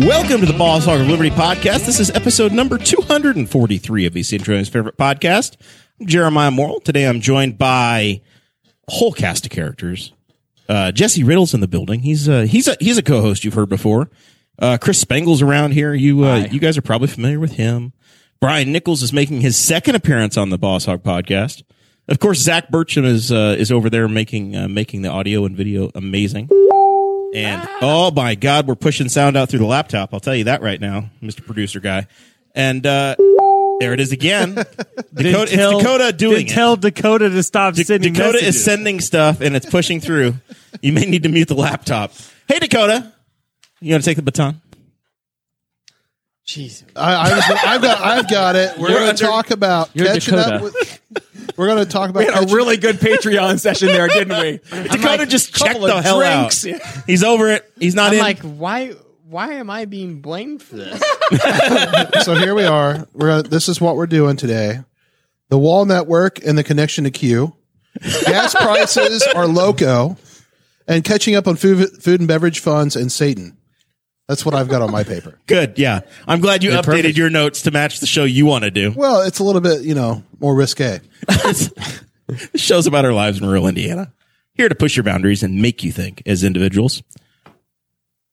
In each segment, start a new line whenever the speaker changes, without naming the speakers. Welcome to the Boss Hog of Liberty podcast. This is episode number 243 of East Central's favorite podcast. I'm Jeremiah Morrill. Today I'm joined by a whole cast of characters. Uh, Jesse Riddle's in the building. He's uh, he's a he's a co-host you've heard before. Uh, Chris Spangle's around here. You uh, you guys are probably familiar with him. Brian Nichols is making his second appearance on the Boss Hog podcast. Of course, Zach Burcham is uh, is over there making uh, making the audio and video amazing. And
Ah.
oh my God, we're pushing sound out through the laptop. I'll tell you that right now, Mr. Producer Guy. And uh, there it is again. Dakota,
tell-
it's Dakota doing
then
it.
Tell Dakota to stop
Da-
sending
Dakota
messages.
is sending stuff and it's pushing through. you may need to mute the laptop. Hey, Dakota, you want to take the baton?
Jeez, I, I was, I've got, I've got it. We're
You're
going
under-
to talk about
you're
catching
Dakota.
up with. We're going to talk about
We had a
catching-
really good Patreon session there, didn't we?
Dakota just checked
couple
the
of
hell
drinks.
out. He's over it. He's not
I'm
in.
like, why? Why am I being blamed for this?
so here we are. We're gonna, this is what we're doing today. The wall network and the connection to Q. Gas prices are loco, and catching up on food, food and beverage funds and Satan. That's what I've got on my paper.
Good. Yeah. I'm glad you updated
perfect.
your notes to match the show you want to do.
Well, it's a little bit, you know, more risque.
This show's about our lives in rural Indiana. Here to push your boundaries and make you think as individuals.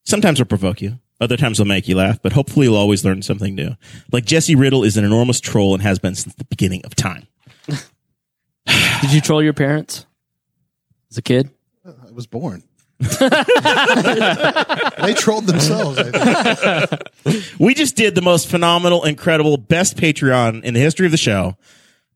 Sometimes we'll provoke you. Other times we'll make you laugh, but hopefully you'll always learn something new. Like Jesse Riddle is an enormous troll and has been since the beginning of time.
Did you troll your parents as a kid?
I was born. they trolled themselves. I think.
We just did the most phenomenal, incredible, best Patreon in the history of the show.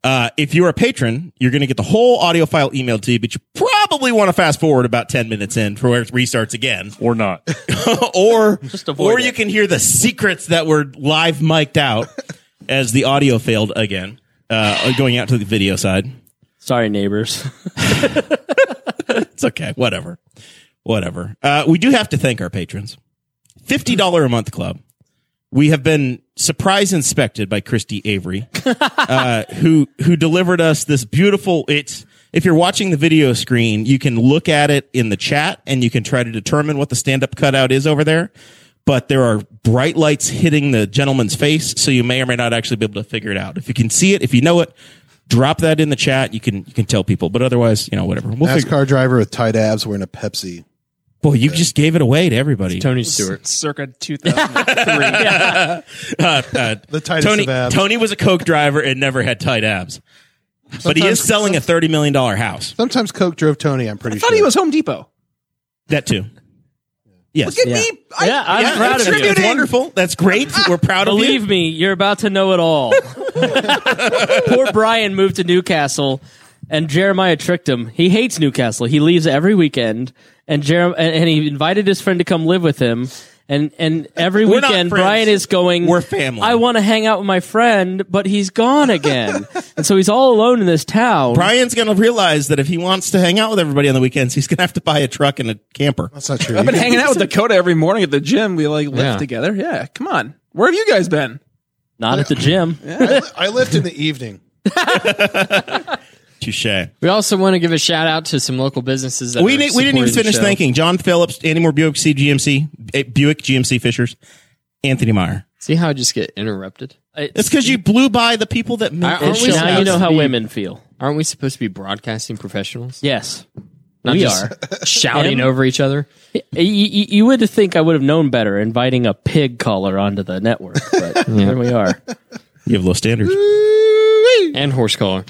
Uh, if you're a patron, you're going to get the whole audio file emailed to you, but you probably want to fast forward about 10 minutes in for where it restarts again.
or not.
or
avoid
or you
it.
can hear the secrets that were live mic'd out as the audio failed again, uh, going out to the video side.
Sorry, neighbors.
It's okay, whatever, whatever. Uh, we do have to thank our patrons. Fifty dollar a month club. We have been surprise inspected by Christy Avery, uh, who who delivered us this beautiful. It's if you're watching the video screen, you can look at it in the chat and you can try to determine what the stand up cutout is over there. But there are bright lights hitting the gentleman's face, so you may or may not actually be able to figure it out. If you can see it, if you know it, drop that in the chat. You can you can tell people, but otherwise, you know, whatever. We'll figure.
NASCAR driver with tight abs wearing a Pepsi.
Boy, you just gave it away to everybody.
Tony Stewart.
Circa 2003.
The tightest
Tony,
of abs.
Tony was a Coke driver and never had tight abs. but he is
Sometimes-
selling a $30 million house.
Sometimes Coke drove Tony. I'm pretty
I thought
sure.
he was Home Depot.
That too. Yes.
Look at
Yeah.
me. I,
Yeah, I'm
Yeah,
proud
it's-
of you.
It's wonderful. That's great. We're proud of you.
Believe me, you're about to know it all. Poor Brian moved to Newcastle, and Jeremiah tricked him. He hates Newcastle. He leaves every weekend, and Jerem- and, and he invited his friend to come live with him. And and every
We're not
weekend,
friends.
Brian is going.
We're family.
I want to hang out with my friend, but he's gone again, and so he's all alone in this town.
Brian's going to realize that if he wants to hang out with everybody on the weekends, he's going to have to buy a truck and a camper.
That's not true.
I've been hanging out with Dakota every morning at the gym. We like lift together. Yeah, come on. Where have you guys been?
Not at the gym.
I, I lived in the evening.
Touche.
We also want to give a shout out to some local businesses. That
we,
are
didn't- we didn't even
supporting the
finish
show.
thanking John Phillips, Andy Moore Buick CGMC, eh, Buick GMC Fishers, Anthony Meyer.
See how I just get interrupted?
It's because you blew by the people that make
Aren't
this
we
show
now you
supposed
know
to
how
be-
women feel.
Aren't we supposed to be broadcasting professionals?
Yes.
Not
we
just
are.
shouting
Him?
over each other.
You, you, you would think I would have known better inviting a pig caller onto the network, but here we are.
You have low standards.
and horse collar.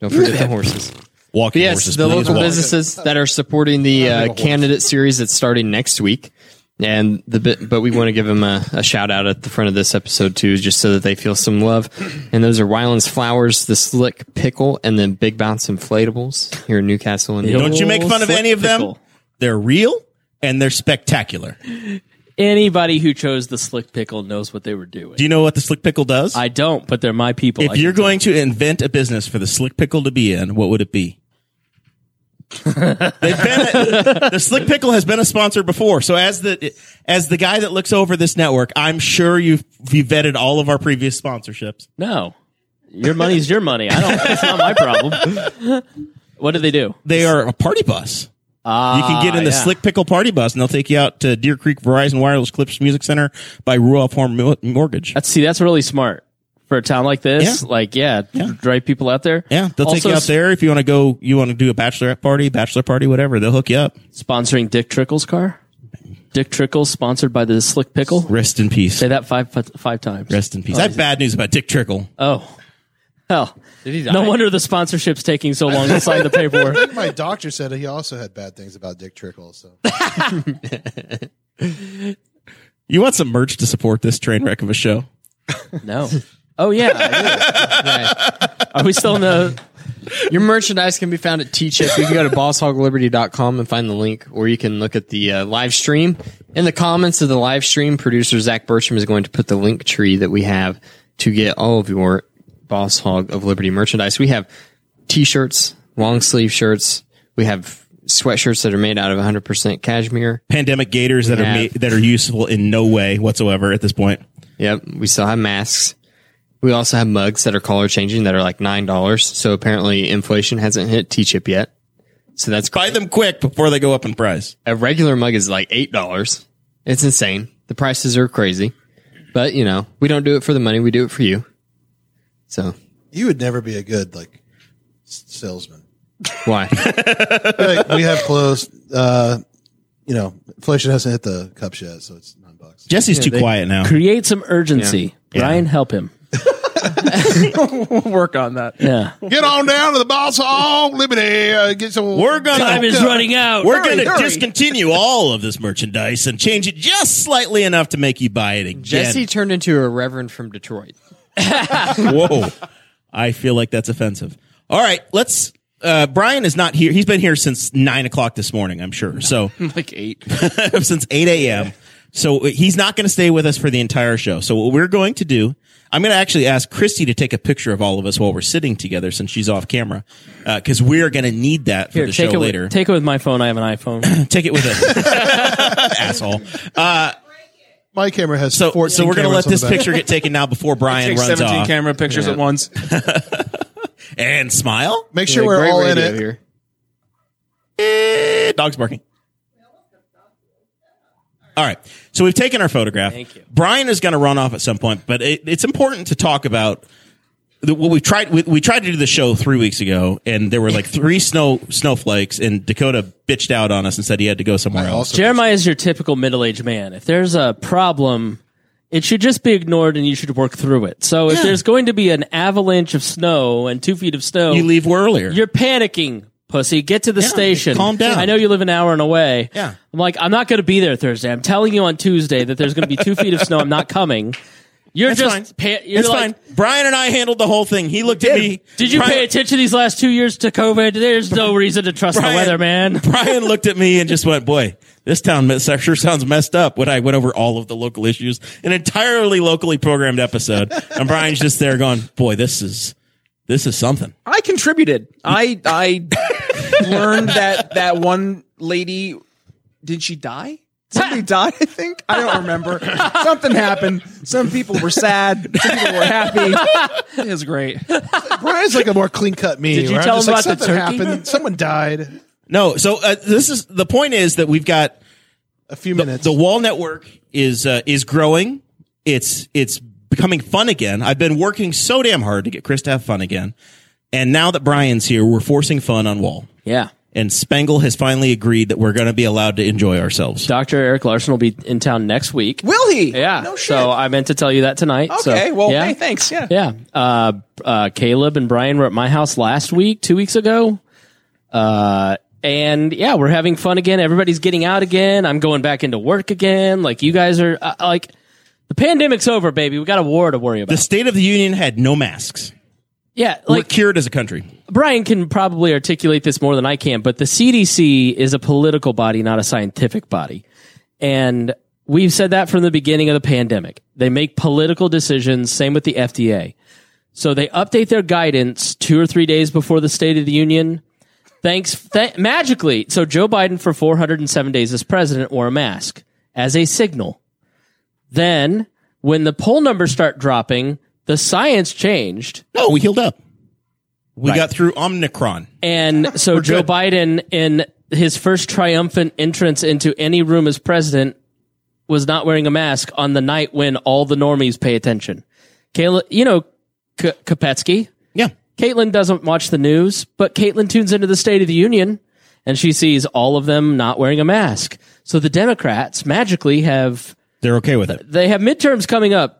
Don't forget the horses.
Walking
Yes,
horses.
the
please
local
walk.
businesses that are supporting the uh, candidate series that's starting next week. And the bit, but we want to give them a, a shout out at the front of this episode too, just so that they feel some love. And those are Wyland's Flowers, the Slick Pickle, and then Big Bounce Inflatables here in Newcastle. And
Don't you make
Old
fun of
slick
any of them.
pickle.
They're real and they're spectacular. Do
Anybody who chose the slick pickle knows what they were doing.
you know what the slick pickle does?
I don't, but they're my people.
if
I
you're
can
going to invent a business for the slick pickle to be in, what would it be? They've been the slick pickle has been a sponsor before. So as the as the guy that looks over this network, I'm sure you've you vetted all of our previous sponsorships.
tell. no, your money's your money. I don't. It's not my problem. What do they do?
They are a party bus. you can get in the
Ah, yeah.
Slick Pickle Party Bus, and they'll take you out to Deer Creek Verizon Wireless Clips Music Center by Rudolph Horn Mil- Mortgage.
That's see, that's really smart for a town like this.
Yeah.
Like, yeah, dr- drive people out there.
Yeah, they'll take
Also
you out
s-
there if you want to go. You want to do a bachelorette party, bachelor party, whatever. They'll hook you up.
Sponsoring Dick Trickle's car. Dick Trickle sponsored by the Slick Pickle.
Rest in peace.
Oh. Say that Oh, five five times.
Rest in peace. I have bad news about Dick Trickle.
Oh, hell.
Did he die?
No wonder the sponsorship's taking so long to sign the paperwork.
My doctor said he also had bad things about Dick Trickle. So
You want some merch to support this train wreck of a show?
No. Oh yeah. I do. Are we still in the?
Your merchandise can be found at T-Chip. You can go to bosshogliberty.com and find the link, or you can look at the uh, live stream. In the comments of the live stream, producer Zach Bertram is going to put the link tree that we have to get all of your Boss Hog of Liberty merchandise. We have T-shirts, long sleeve shirts. We have sweatshirts that are made out of 100% cashmere.
Pandemic gators that are
have-
ma- that are useful in no way whatsoever at this point.
Yep. We still have masks. We also have mugs that are color changing that are like $9. So apparently inflation hasn't hit T-Chip yet. So that's
Buy them quick before they go up in price.
a regular mug is like eight dollars. It's insane. The prices are crazy, but you know we don't do it for the money. We do it for you. So
you would never be a good like s- salesman.
why?
Like, we have clothes. Uh, you know, inflation hasn't hit the cups yet, so it's nine bucks.
Jesse's too quiet now.
Create some urgency. Ryan, help him.
We'll work on that.
Yeah.
Get on down to the boss hog, liberty. Uh, get some.
We're gonna
Time is running out.
We're
Hurry,
going to
hurry.
discontinue all of this merchandise and change it just slightly enough to make you buy it again.
Jesse turned into a reverend from Detroit.
Whoa. I feel like that's offensive. All right, let's. Uh, Brian is not here. He's been here since nine o'clock this morning, I'm sure. So
Like eight.
since eight a.m. So he's not going to stay with us for the entire show. So what we're going to do, I'm going to actually ask Christy to take a picture of all of us while we're sitting together, since she's off camera, because we're going to need that for
Here,
the
take
show
it. with-
later.
Take it with my phone. I have an iPhone.
take it with us, asshole.
My camera has
So,
14
so we're going to let
cameras on the
this
back.
picture get taken now before Brian
Take
runs
17
off
camera pictures at once.
and smile.
Make sure we're
Great
all in
radio
it.
here.
Eh, Dog's barking. All right. So we've taken our photograph.
Thank you.
Brian is going to run off at some point, but it, it's important to talk about the, what we tried. We, we tried to do the show three weeks ago, and there were like three snow snowflakes, and Dakota bitched out on us and said he had to go somewhere else.
Also,
Jeremiah is your typical middle-aged man. If there's a problem, it should just be ignored, and you should work through it. So if there's going to be an avalanche of snow and two feet of snow,
You leave earlier.
You're panicking, pussy. Get to the station.
calm down.
I know you live an hour and away.
Yeah.
I'm like, I'm not going to be there Thursday. I'm telling you on Tuesday that there's going to be two feet of snow. I'm not coming. You're
That's
just,
fine.
pa- you're
it's
like,
fine. Brian and I handled the whole thing. He looked at me.
did you
Brian-
pay attention these last two years to COVID? There's no reason to trust
Brian-
the weather, man.
Brian looked at me and just went, "Boy, this town mess- sure sounds messed up." When I went over all of the local issues, an entirely locally programmed episode, and Brian's just there going, "Boy, this is this is something."
I contributed. I I learned that that one lady did she die? Somebody died, I think. I don't remember. Something happened. Some people were sad. Some people were happy. It was great.
Brian's like a more clean cut me.
Did you
where I'm
tell
just
him
like,
about the
"Something
turkey?"
Happened. Someone died.
No, so uh, this is the point is that we've got
A few minutes.
the wall network is uh, is growing. It's it's becoming fun again. I've been working so damn hard to get Chris to have fun again, and now that Brian's here, we're forcing fun on wall.
Yeah.
And Spangle has finally agreed that we're going to be allowed to enjoy ourselves.
Dr. Eric Larson will be in town next week.
Will he?
yeah.
No shit.
So I meant to tell you that tonight. so-
okay. well,
yeah.
hey, thanks. Yeah.
Yeah. Uh, uh, Caleb and Brian were at my house last week, two weeks ago. Uh, And yeah, we're having fun again. Everybody's getting out again. I'm going back into work again. Like you guys are uh, like the pandemic's over, baby. We got a war to worry about.
The State of the Union had no masks.
yeah,
We're
like
cured as a country.
Brian can probably articulate this more than I can, but the CDC is a political body, not a scientific body. And we've said that from the beginning of the pandemic. They make political decisions, same with the FDA. So they update their guidance two or three days before the State of the Union. Thanks, th- magically. So Joe Biden for 407 days as president wore a mask as a signal. Then when the poll numbers start dropping, the science changed.
No, we healed up. We got through Omicron.
And so Joe Biden, in his first triumphant entrance into any room as president, was not wearing a mask on the night when all the normies pay attention. Kayla, you know, K- Kopetsky.
Yeah.
Caitlin doesn't watch the news, but Caitlin tunes into the State of the Union and she sees all of them not wearing a mask. So the Democrats magically have
They're okay with it.
they have midterms coming up.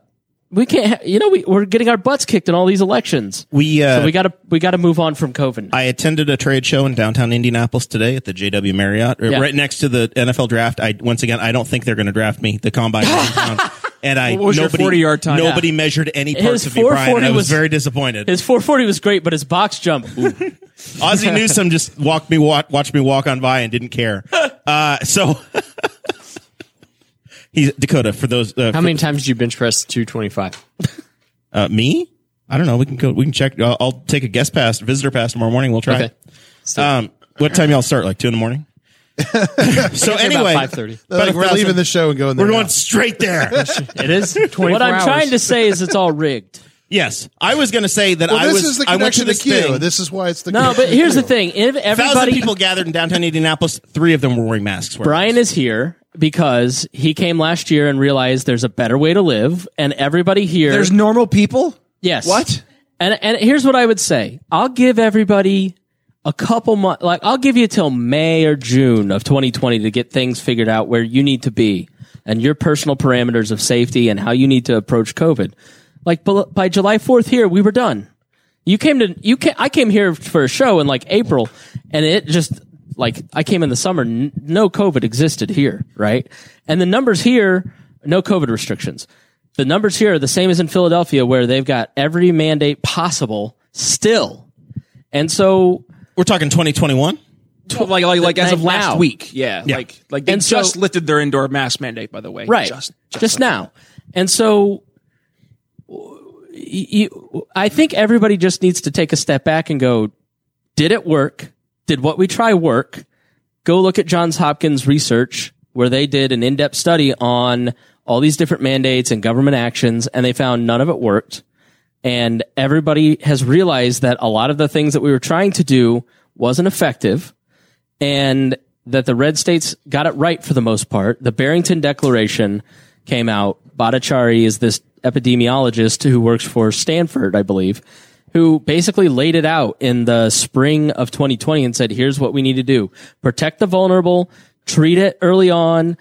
We can't, ha- you know, we, we're getting our butts kicked in all these elections.
We uh
so we gotta we gotta move on from COVID.
I attended a trade show in downtown Indianapolis today at the JW Marriott, or
Yeah.
right next to the NFL draft. I once again, I don't think they're going to draft me. The combine, was in town. and I
was your
nobody
40-yard time?
Nobody measured any
His
parts of me, Brian. And
440
I was,
was-
very disappointed.
His 440 was great, but his box jump. ooh.
Ozzie Newsome just walked me, walk, watched me walk on by and didn't care. Uh, so he's Dakota. For those, uh,
How
for-
many times did you bench press 225?
uh, me? I don't know. We can go. We can check. I'll, I'll take a guest pass, visitor pass tomorrow morning. We'll try.
Okay.
it. Um, what time y'all start? Like two in the morning. so anyway,
about 5:30.
about
Like,
a
we're
thousand-
leaving the show and going there.
We're going
now.
straight there.
It is 24
what I'm
hours.
trying to say is it's all rigged.
yes, I was going to say that I
Well, this
was.
is the
I went
connection
to
to the
this
queue.
thing.
This is why it's the
No,
connection
but
to
here's the
queue.
thing. If
thousand
everybody,
people gathered in downtown Indianapolis. Three of them were wearing masks. Wearing
Brian is here because he came last year and realized there's a better way to live, and everybody here.
There's normal people.
yes.
What?
And and here's what I would say. I'll give everybody a couple months. Like I'll give you till May or June of 2020 to get things figured out where you need to be and your personal parameters of safety and how you need to approach COVID. Like bel- by July 4th here, we were done. You came to you. Ca- I came here for a show in like April, and it just like I came in the summer. N- no COVID existed here, right? And the numbers here, no COVID restrictions. The numbers here are the same as in Philadelphia, where they've got every mandate possible still. And so,
We're talking 2021.
like like, like as
Like
of last
now.
week. Yeah, Like like they
And so-
just lifted their indoor mask mandate. By the way,
right,
Just,
just, now. And so, y- you, I think everybody just needs to take a step back and go, did it work? Did what we try work? Go look at Johns Hopkins research where they did an in-depth study on all these different mandates and government actions and they found none of it worked. And everybody has realized that a lot of the things that we were trying to do wasn't effective and that the red states got it right for the most part. The Barrington Declaration came out. Bhattacharya is this epidemiologist who works for Stanford, I believe, who basically laid it out in the spring of 2020 and said, here's what we need to do. Protect the vulnerable, treat it early on.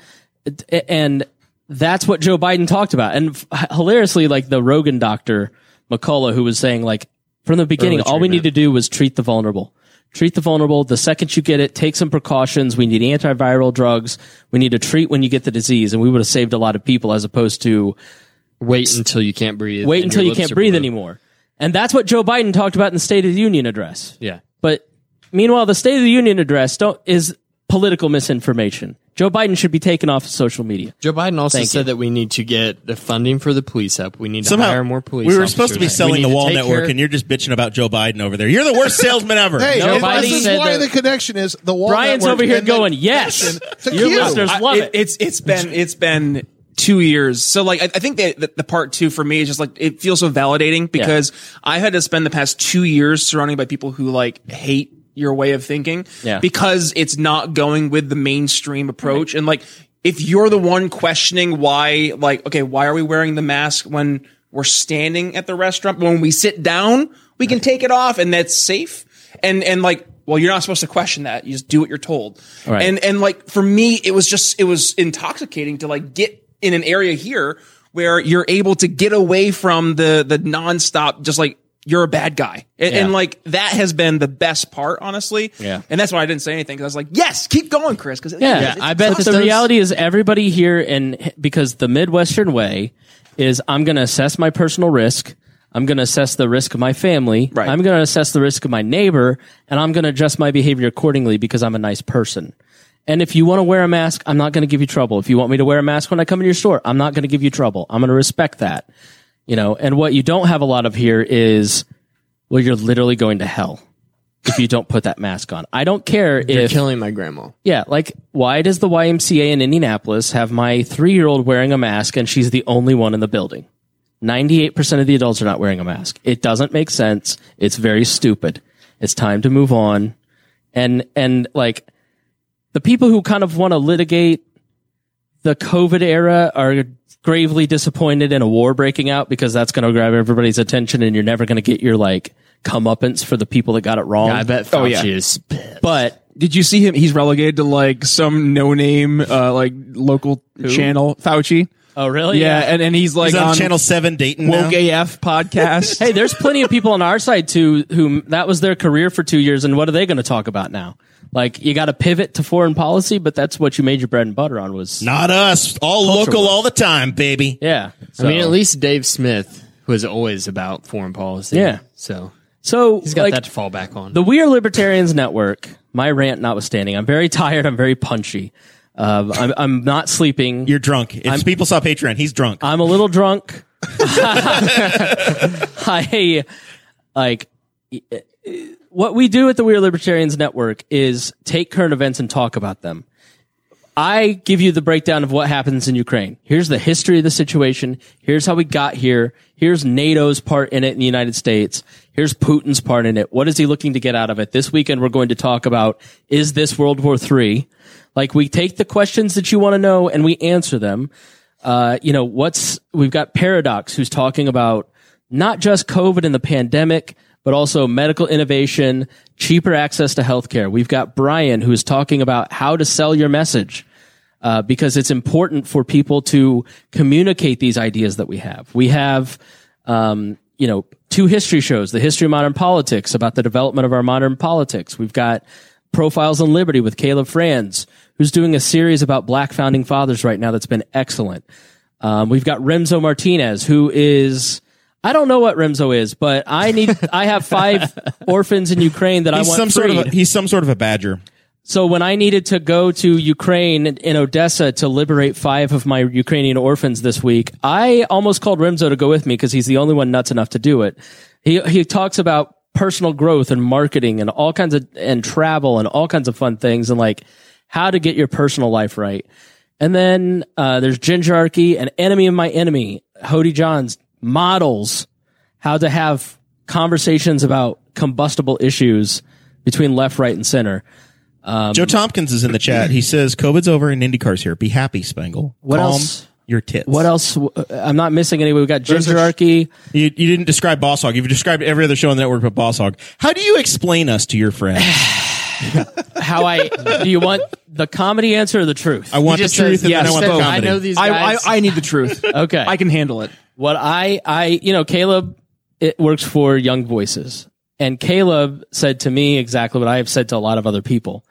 A- And that's what Joe Biden talked about. And f- hilariously, like the Rogan doctor, McCullough, who was saying like, from the beginning, all we need to do was treat the vulnerable treat the vulnerable. The second you get it, take some precautions. We need antiviral drugs. We need to treat when you get the disease. And we would have saved a lot of people as opposed to
Wait until you can't breathe.
wait
and
until
your
you
lips
can't
are
breathe
blue.
anymore. And that's what Joe Biden talked about in the State of the Union address.
Yeah.
But meanwhile, the State of the Union address don't, is political misinformation. Joe Biden should be taken off of social media.
Joe Biden also
Thank
said
you.
that we need to get the funding for the police up. We need to
Somehow
hire more police.
We were supposed to be
officers. We
selling
need
the
to
Wall
take
Network,
care-
and you're just bitching about Joe Biden over there. You're the worst salesman ever.
Hey,
No,
and
Biden
this is
said that-
why the connection is the wall.
Brian's
network
over here
and the
going, yes.
connection to
Your
queue.
listeners
I-
love it.
It's it's been it's been two years. So like I, I think that the, the part two for me is just like it feels so validating because I had to spend the past two years surrounding by people who like hate your way of thinking
Yeah.
because it's not going with the mainstream approach and like if you're the one questioning why like okay why are we wearing the mask when we're standing at the restaurant when we sit down we can take it off and that's safe and and like well you're not supposed to question that you just do what you're told
Right.
and and like for me it was just it was intoxicating to like get in an area here where you're able to get away from the the nonstop just like you're a bad guy. And, and, like that has been the best part, honestly.
Yeah.
And that's why I didn't say anything because I was like, yes, keep going, Chris. Because
Yeah,
I
But
bet that
the
those-
reality is everybody here, and because the Midwestern way is, I'm going to assess my personal risk. I'm going to assess the risk of my family.
Right.
I'm going to assess the risk of my neighbor, and I'm going to adjust my behavior accordingly because I'm a nice person. And if you want to wear a mask, I'm not going to give you trouble. If you want me to wear a mask when I come in your store, I'm not going to give you trouble. I'm going to respect that. You know, and what you don't have a lot of here is, well, you're literally going to hell if you don't put that mask on. I don't care
You're
if
killing my grandma.
yeah, like why does the YMCA in Indianapolis have my three year old wearing a mask and she's the only one in the building? 98% of the adults are not wearing a mask. It doesn't make sense. It's very stupid. It's time to move on. And, and like the people who kind of want to litigate the COVID era are gravely disappointed in a war breaking out because that's going to grab everybody's attention and you're never going to get your like comeuppance for the people that got it wrong.
I bet Fauci
Oh, yeah.
is.
But
Did you see him? He's relegated to like some no name, uh, like local channel, Fauci.
oh, really?
Yeah, and, and he's like
He's on,
um,
on
Channel 7 Dayton now.
Woke AF podcast.
Hey, there's plenty of people on our side too whom that was their career for two years, and what are they going to talk about now? Like you got to pivot to foreign policy, but that's what you made your bread and butter on was
Not us. All local all the time, baby.
yeah. So,
I mean, at least Dave Smith was always about foreign policy.
Yeah.
So
so
he's got
like,
that to fall back on.
the We Are Libertarians Network. My rant notwithstanding, I'm very tired. I'm very punchy. Um, I'm, I'm not sleeping.
You're drunk. If people saw Patreon, he's drunk.
I'm a little drunk. I like what we do at the We Are Libertarians Network is take current events and talk about them. I give you the breakdown of what happens in Ukraine. Here's the history of the situation. Here's how we got here. Here's NATO's part in it in the United States. Here's Putin's part in it. What is he looking to get out of it? This weekend, we're going to talk about, is this World War III? Like we take the questions that you want to know and we answer them. Uh, you know, what's, we've got Paradox who's talking about not just COVID and the pandemic, but also medical innovation, cheaper access to healthcare. We've got Brian who is talking about how to sell your message. Uh, because it's important for people to communicate these ideas that we have. We have, um, you know, two history shows, the history of modern politics about the development of our modern politics. We've got profiles on liberty with Caleb Franz, who's doing a series about black founding fathers right now. That's been excellent. Um, we've got Remzo Martinez, who is I don't know what Remzo is, but I need I have five orphans in Ukraine that I
He's
want
some sort of a,
freed.
he's some sort of a badger.
so when I needed to go to Ukraine in Odessa to liberate five of my Ukrainian orphans this week, I almost called Remzo to go with me because he's the only one nuts enough to do it. He he talks about personal growth and marketing and all kinds of and travel and all kinds of fun things and like how to get your personal life right. And then uh, there's Gingerarchy and Enemy of My Enemy, Hody Johns models how to have conversations about combustible issues between left, right, and center.
Joe Tompkins is in the chat. He says COVID's over and IndyCar's here. Be happy, Spangle.
What
Calm
else-
Your tits.
What else? w- uh, I'm not missing any. We've got Gingerarchy.
You, you didn't describe Boss Hog. You've described every other show on the network but Boss Hog. How do you explain us to your friends?
How I do you want the comedy answer or the truth?
I want the truth and then I want the
I
comedy.
know these
I, I,
guys.
I need the truth.
okay.
I can handle it.
what I I you know Caleb it works for Young Voices, and Caleb said to me exactly what I have said to a lot of other people.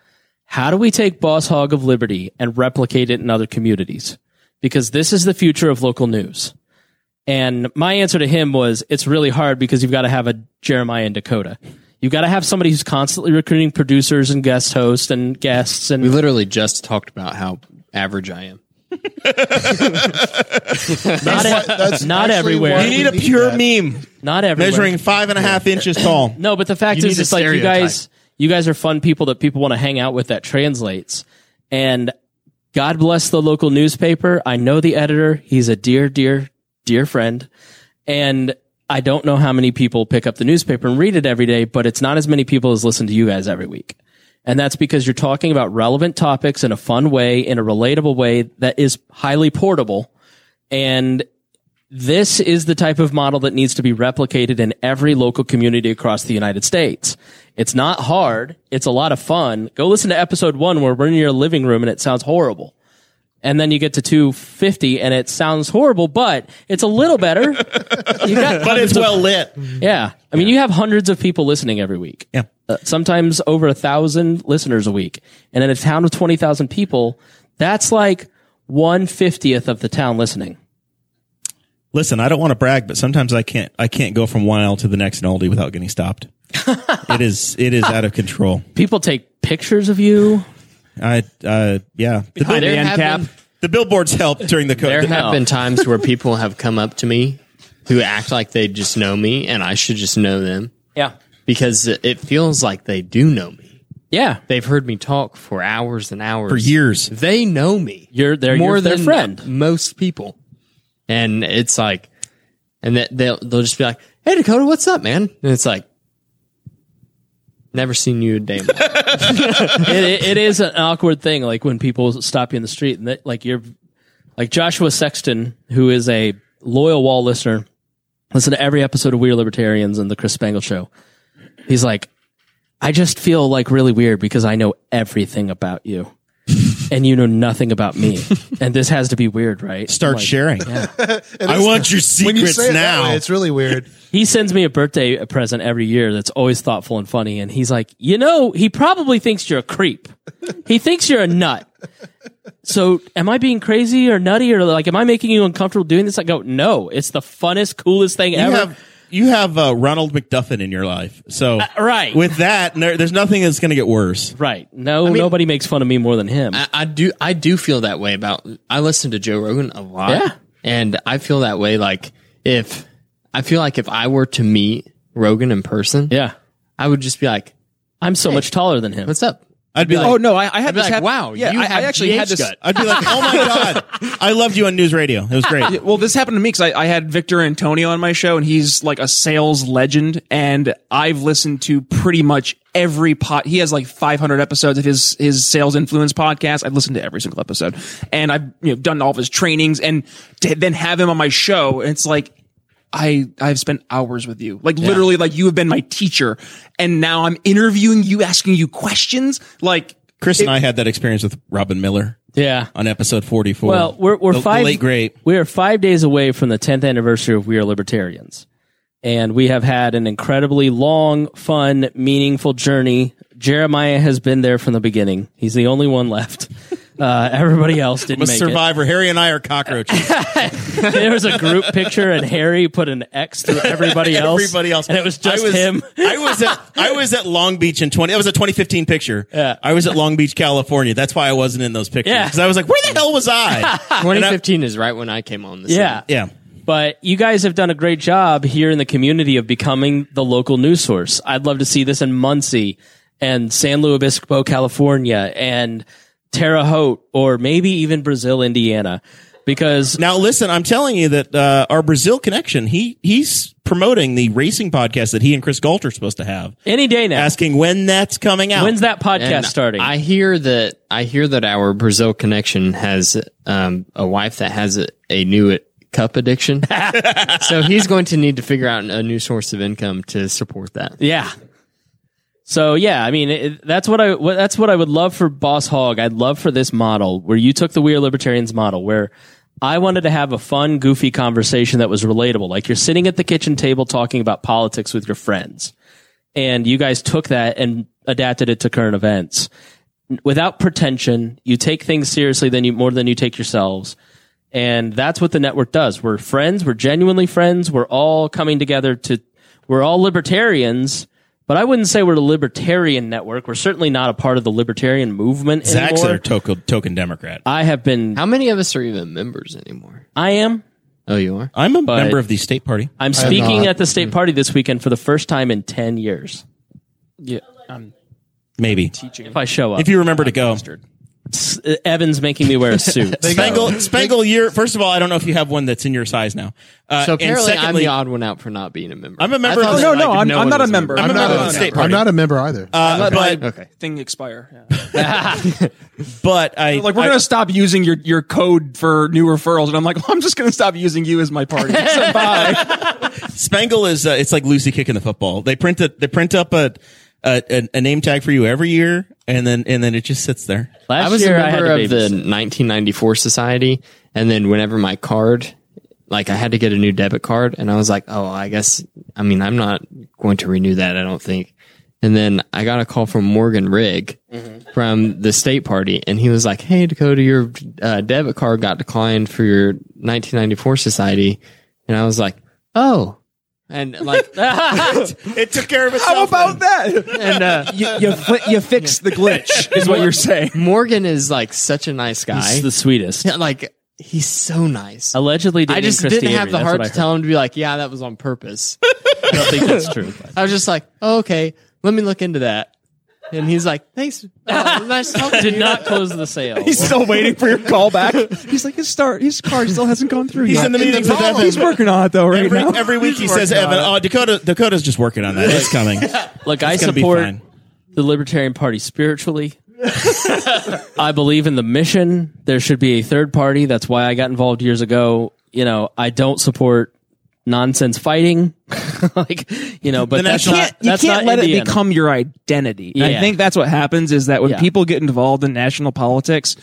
How do we take Boss Hog of Liberty and replicate it in other communities? Because this is the future of local news. And my answer to him was, it's really hard because you've got to have a Jeremiah in Dakota. You've got to have somebody who's constantly recruiting producers and guest hosts and guests and
we literally just talked about how average I am.
not, e-
That's
not
actually
everywhere.
why
you need a
we
pure
that.
meme
not everywhere.
measuring five and a half inches tall.
No, but the fact
You
is,
need
it's
a
like you
stereotype.
guys, you guys are fun people that people want to hang out with. That translates, and God bless the local newspaper. I know the editor; he's a dear, dear, dear friend, and I don't know how many people pick up the newspaper and read it every day, but it's not as many people as listen to you guys every week. And that's because you're talking about relevant topics in a fun way, in a relatable way that is highly portable. And this is the type of model that needs to be replicated in every local community across the United States. It's not hard. It's a lot of fun. Go listen to episode one where we're in your living room and it sounds horrible. and then you get to 250 and it sounds horrible, but it's a little better. you got
But it's well lit.
yeah. I mean, you have hundreds of people listening every week.
Yeah.
Uh, sometimes over a thousand listeners a week. And in a town of 20,000 people, that's like one fiftieth of the town listening.
Listen, I don't want to brag, but sometimes I can't I can't go from one aisle to the next in Aldi without getting stopped. it is it is out of control.
People take pictures of you.
I uh yeah. The, bill-
There
end
have
cap.
been-
the billboards helped during the
There
COVID.
have-
There
No.
have been times where people have come up to me who act like they just know me and I should just know them
Yeah.
because it feels like they do know me.
Yeah.
They've heard me talk for hours and hours.
for years.
They know me.
You're- they're
more
your- their
than
friend.
most people. And it's like and that they'll they'll just be like, Hey Dakota, what's up, man? And it's like Never seen you a day. in my life."
it, it, it is an awkward thing, like when people stop you in the street and that, like you're, like Joshua Sexton, who is a loyal wall listener, listen to every episode of We Are Libertarians and the Chris Spangle Show. He's like, I just feel like really weird because I know everything about you, and you know nothing about me, and this has to be weird, right?
Start
Like,
sharing. I want your secrets
When you say it that
now.
way, it's really weird.
he sends me a birthday present every year that's always thoughtful and funny. And he's like, you know, he probably thinks you're a creep. he thinks you're a nut. So am I being crazy or nutty or like, am I making you uncomfortable doing this? I go, no, it's the funnest, coolest thing
you
ever.
have you have uh, Ronald McDuffin in your life. So
Uh, right.
with that, there, there's nothing that's going to get worse.
right. No, nobody makes fun of me more than him.
I, I do I do feel that way about I listen to Joe Rogan a lot.
Yeah.
And I feel that way like if I feel like if I were to meet Rogan in person,
yeah.
I would just be like,
I'm so much taller than him.
What's up?
I'd be like,
Oh no, I, I had
I'd be
this.
like,
hap-
wow,
yeah,
you
I, I
have
actually had
DH
this.
gut.
I'd be like, oh my god, I loved you on news radio. It was great.
Well, this happened to me because I, I had Victor Antonio on my show, and he's like a sales legend. And I've listened to pretty much every pot. He has like 500 episodes of his his sales influence podcast. I've listened to every single episode, and I've you know done all of his trainings, and to then have him on my show, it's like. I I've spent hours with you. Like literally like you have been my teacher and now I'm interviewing you asking you questions like
Chris and I had that experience with Robin Miller
yeah.
on episode 44.
Well, we're we're
The- the
five
late great.
We are five days away from the tenth anniversary of We Are Libertarians, and we have had an incredibly long, fun, meaningful journey. Jeremiah has been there from the beginning. He's the only one left. Uh, everybody else didn't
A
make
survivor. Harry and I are cockroaches.
it. There was a group picture, and Harry put an X through everybody else.
Everybody else,
and it was just
I was,
him.
I was at I was at Long Beach in twenty. It was a 2015 picture. Yeah, I was at Long Beach, California. That's why I wasn't in those pictures.
Yeah.
because I was like, where the hell was I?
2015 is right when I came on this.
Yeah,
yeah,
But you guys have done a great job here in the community of becoming the local news source. I'd love to see this in Muncie and San Luis Obispo, California, and Terre Haute, or maybe even Brazil, Indiana, because
Now listen, I'm telling you that uh, our Brazil connection, he he's promoting the racing podcast that he and Chris Galter are supposed to have.
any day now.
Asking when that's coming out.
when's that podcast
And
starting?
I hear that I hear that our Brazil connection has um, a wife that has a, a new cup addiction. so he's going to need to figure out a new source of income to support that.
Yeah. So yeah, I mean it, that's what I what, that's what I would love for Boss Hog. I'd love for this model where you took the We Are Libertarians model, where I wanted to have a fun, goofy conversation that was relatable. Like you're sitting at the kitchen table talking about politics with your friends, and you guys took that and adapted it to current events without pretension. You take things seriously than you more than you take yourselves. And that's what the network does. We're friends. We're genuinely friends. We're all coming together to, we're all libertarians, but I wouldn't say we're the libertarian network. We're certainly not a part of the libertarian movement
Zach's
anymore.
our token, token Democrat.
I have been,
How many of us are even members anymore?
I am,
Oh, you are.
I'm a member of the state party.
I'm speaking
not.
at the state party this weekend for the first time in 10 years.
Maybe
If I show up,
if you remember to go.
S- Evan's making me wear a suit.
Spangle, Spangle, you're first of all. I don't know if you have one that's in your size now. Uh,
So
and
apparently,
secondly,
I'm the odd one out for not being a member.
I'm a member
I thought
of the-
that,
Oh, No, no,
like,
I'm- I'm
one
not a
was
member.
I'm
I'm
a
not
member of
a
the state
member.
party.
I'm not a member either.
uh, but
Okay.
thing expire. Yeah.
but I
like we're
I-
gonna stop using your your code for new referrals, and I'm like, well, I'm just gonna stop using you as my party. So bye.
Spangle is uh, it's like Lucy kicking the football. They print it. They print up a a, a, a name tag for you every year, and then and then it just sits there.
Last
I was
year
a
I had
member
to
of the
babysit.
1994 Society, and then whenever my card, like I had to get a new debit card, and I was like, oh, I guess, I mean, I'm not going to renew that, I don't think. And then I got a call from Morgan Rigg from the state party, and he was like, hey, Dakota, your uh, debit card got declined for your 1994 Society. And I was like, oh. And like,
It took care of itself.
How about that?
and, uh,
You you, fi- you fixed the glitch is what you're saying.
Morgan is like such a nice guy.
He's the sweetest.
Yeah, like he's so nice.
Allegedly,
I just
Christy
didn't have
Avery.
the
That's
heart
what I
to
heard.
tell him to be like, yeah, that was on purpose.
I don't think that's true. but-
I was just like, oh, okay, let me look into that. And he's like, thanks. Oh, nice talking to
Did
you.
not close the sale.
He's still waiting for your call back. He's like his start. His card still hasn't gone through
He's
yet. Oh,
in the meetings with
problem.
Evan.
He's working on it though right
every,
now.
every week he says Evan, "Oh, Dakota, Dakota's just working on that. It's coming.
Look, I
It's gonna be
support
fine."
the Libertarian Party spiritually. I believe in the mission. There should be a third party. That's why I got involved years ago. You know, I don't support nonsense fighting. like, you know, but
The
that's
national-
not
you
that's not
can't let
Indiana.
it become your identity. And
Yeah.
I think that's what happens is that when
Yeah.
people get involved in national politics,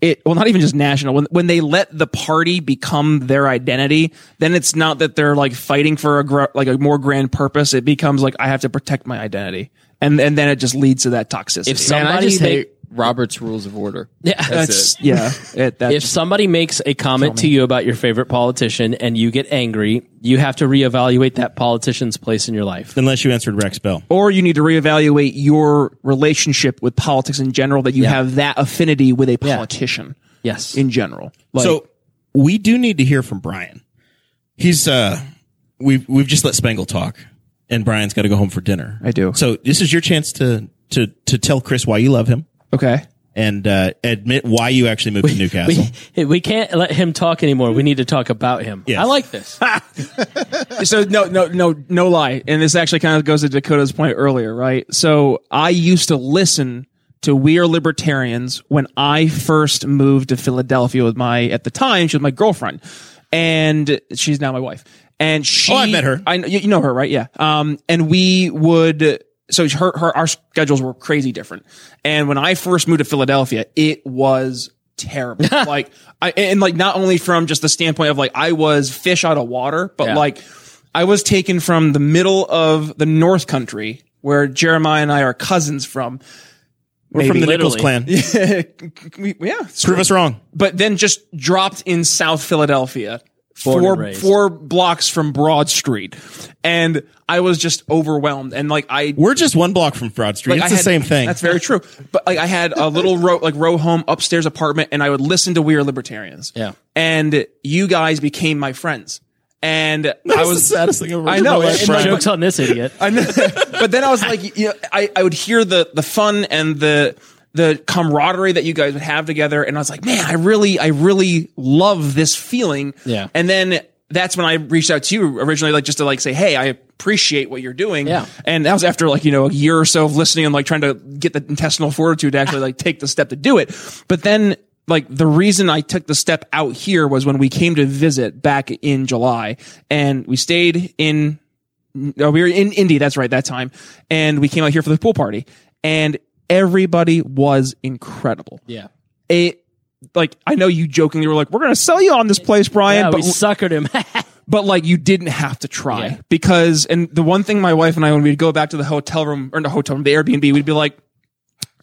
it well not even just national when when they let the party become their identity, then it's not that they're like fighting for a gr- like a more grand purpose. It becomes like I have to protect my identity, and and then it just leads to that toxicity.
If so-
Man, I
Somebody
just
make-
hate Robert's rules of order.
Yeah.
that's yeah, it, that's
if somebody makes a comment to you about your favorite politician and you get angry, you have to reevaluate that politician's place in your life.
Unless you answered Rex Bell.
or you need to reevaluate your relationship with politics in general that you have that affinity with a politician
Yes.
in general. Like,
so we do need to hear from Brian. He's uh we've we've just let Spangle talk and Brian's gotta go home for dinner.
I do.
So this is your chance to to to tell Chris why you love him
okay.
and uh admit why you actually moved to Newcastle.
we, we can't let him talk anymore. We need to talk about him.
Yes.
I like this.
so no no no no lie and this actually kind of goes to dakota's point earlier right so i used to listen to we are libertarians when i first moved to philadelphia with my at the time she was my girlfriend and she's now my wife and she
Oh, I've met her.
i you you know her right yeah um and we would so her, her our schedules were crazy different and when i first moved to philadelphia it was terrible like i and like not only from just the standpoint of like i was fish out of water but
Yeah.
like I was taken from the middle of the North Country, where Jeremiah and I are cousins from.
We're from the Nichols
Literally.
clan.
We- yeah,
Prove us wrong.
but then just dropped in South Philadelphia,
and
four
raised.
four blocks from Broad Street, and I was just overwhelmed. And like I,
We're just one block from Fraud Street.
like,
it's
I
the
had-
same thing.
That's very true. But like I had a little row like row home upstairs apartment and I would listen to We Are Libertarians.
Yeah.
And you guys became my friends. And I
That's
was
the saddest thing I've ever
I
heard in
know.
my
and-
life,
and-
Brian.
Jokes on this idiot.
I know. but then I was like, you know, I, I would hear the the fun and the the camaraderie that you guys would have together, and I was like, man, I really, I really love this feeling.
Yeah.
And then that's when I reached out to you originally, like just to like say, hey, I appreciate what you're doing.
Yeah.
And that was after like you know a year or so of listening and like trying to get the intestinal fortitude to actually like take the step to do it. But then. Like the reason I took the step out here was when we came to visit back in July and we stayed in no, Oh, we were in Indy. That's right, that time, and we came out here for the pool party, and everybody was incredible.
Yeah.
It like I know you jokingly were like, "We're gonna sell you on this place, Brian,"
Yeah, we
but
suckered him.
but like you didn't have to try
Yeah.
because and the one thing my wife and I when we'd go back to the hotel room or the hotel room, the Airbnb, we'd be like,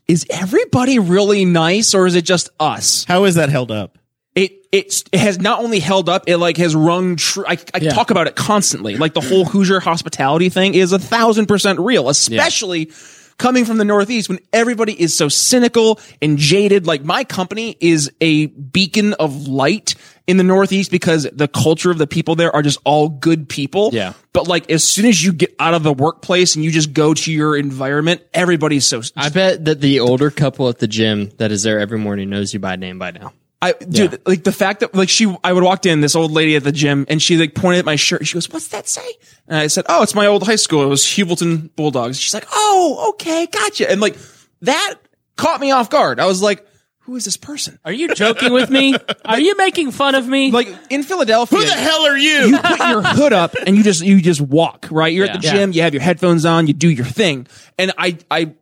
"Is everybody really nice, or is it just us?"
How is that held up?
it it's, it has not only held up, it like has rung true. I, I talk about it constantly. Like the whole Hoosier hospitality thing is a thousand percent real, especially coming from the Northeast when everybody is so cynical and jaded. Like my company is a beacon of light in the Northeast because the culture of the people there are just all good people.
Yeah.
But like as soon as you get out of the workplace and you just go to your environment, everybody's so
I bet that the older couple at the gym that is there every morning knows you by name by now.
I dude, like the fact that like she, I would walked in this old lady at the gym and she like pointed at my shirt. She goes, "What's that say?" And I said, "Oh, it's my old high school. It was Hubleton Bulldogs." She's like, "Oh, okay, gotcha." And like that caught me off guard. I was like, who is this person?
Are you joking with me? Are you making fun of me?
Like in Philadelphia,
Who the hell are you?
you put your hood up and you just you just walk right you're at the
Yeah.
gym you have your headphones on you do your thing and i i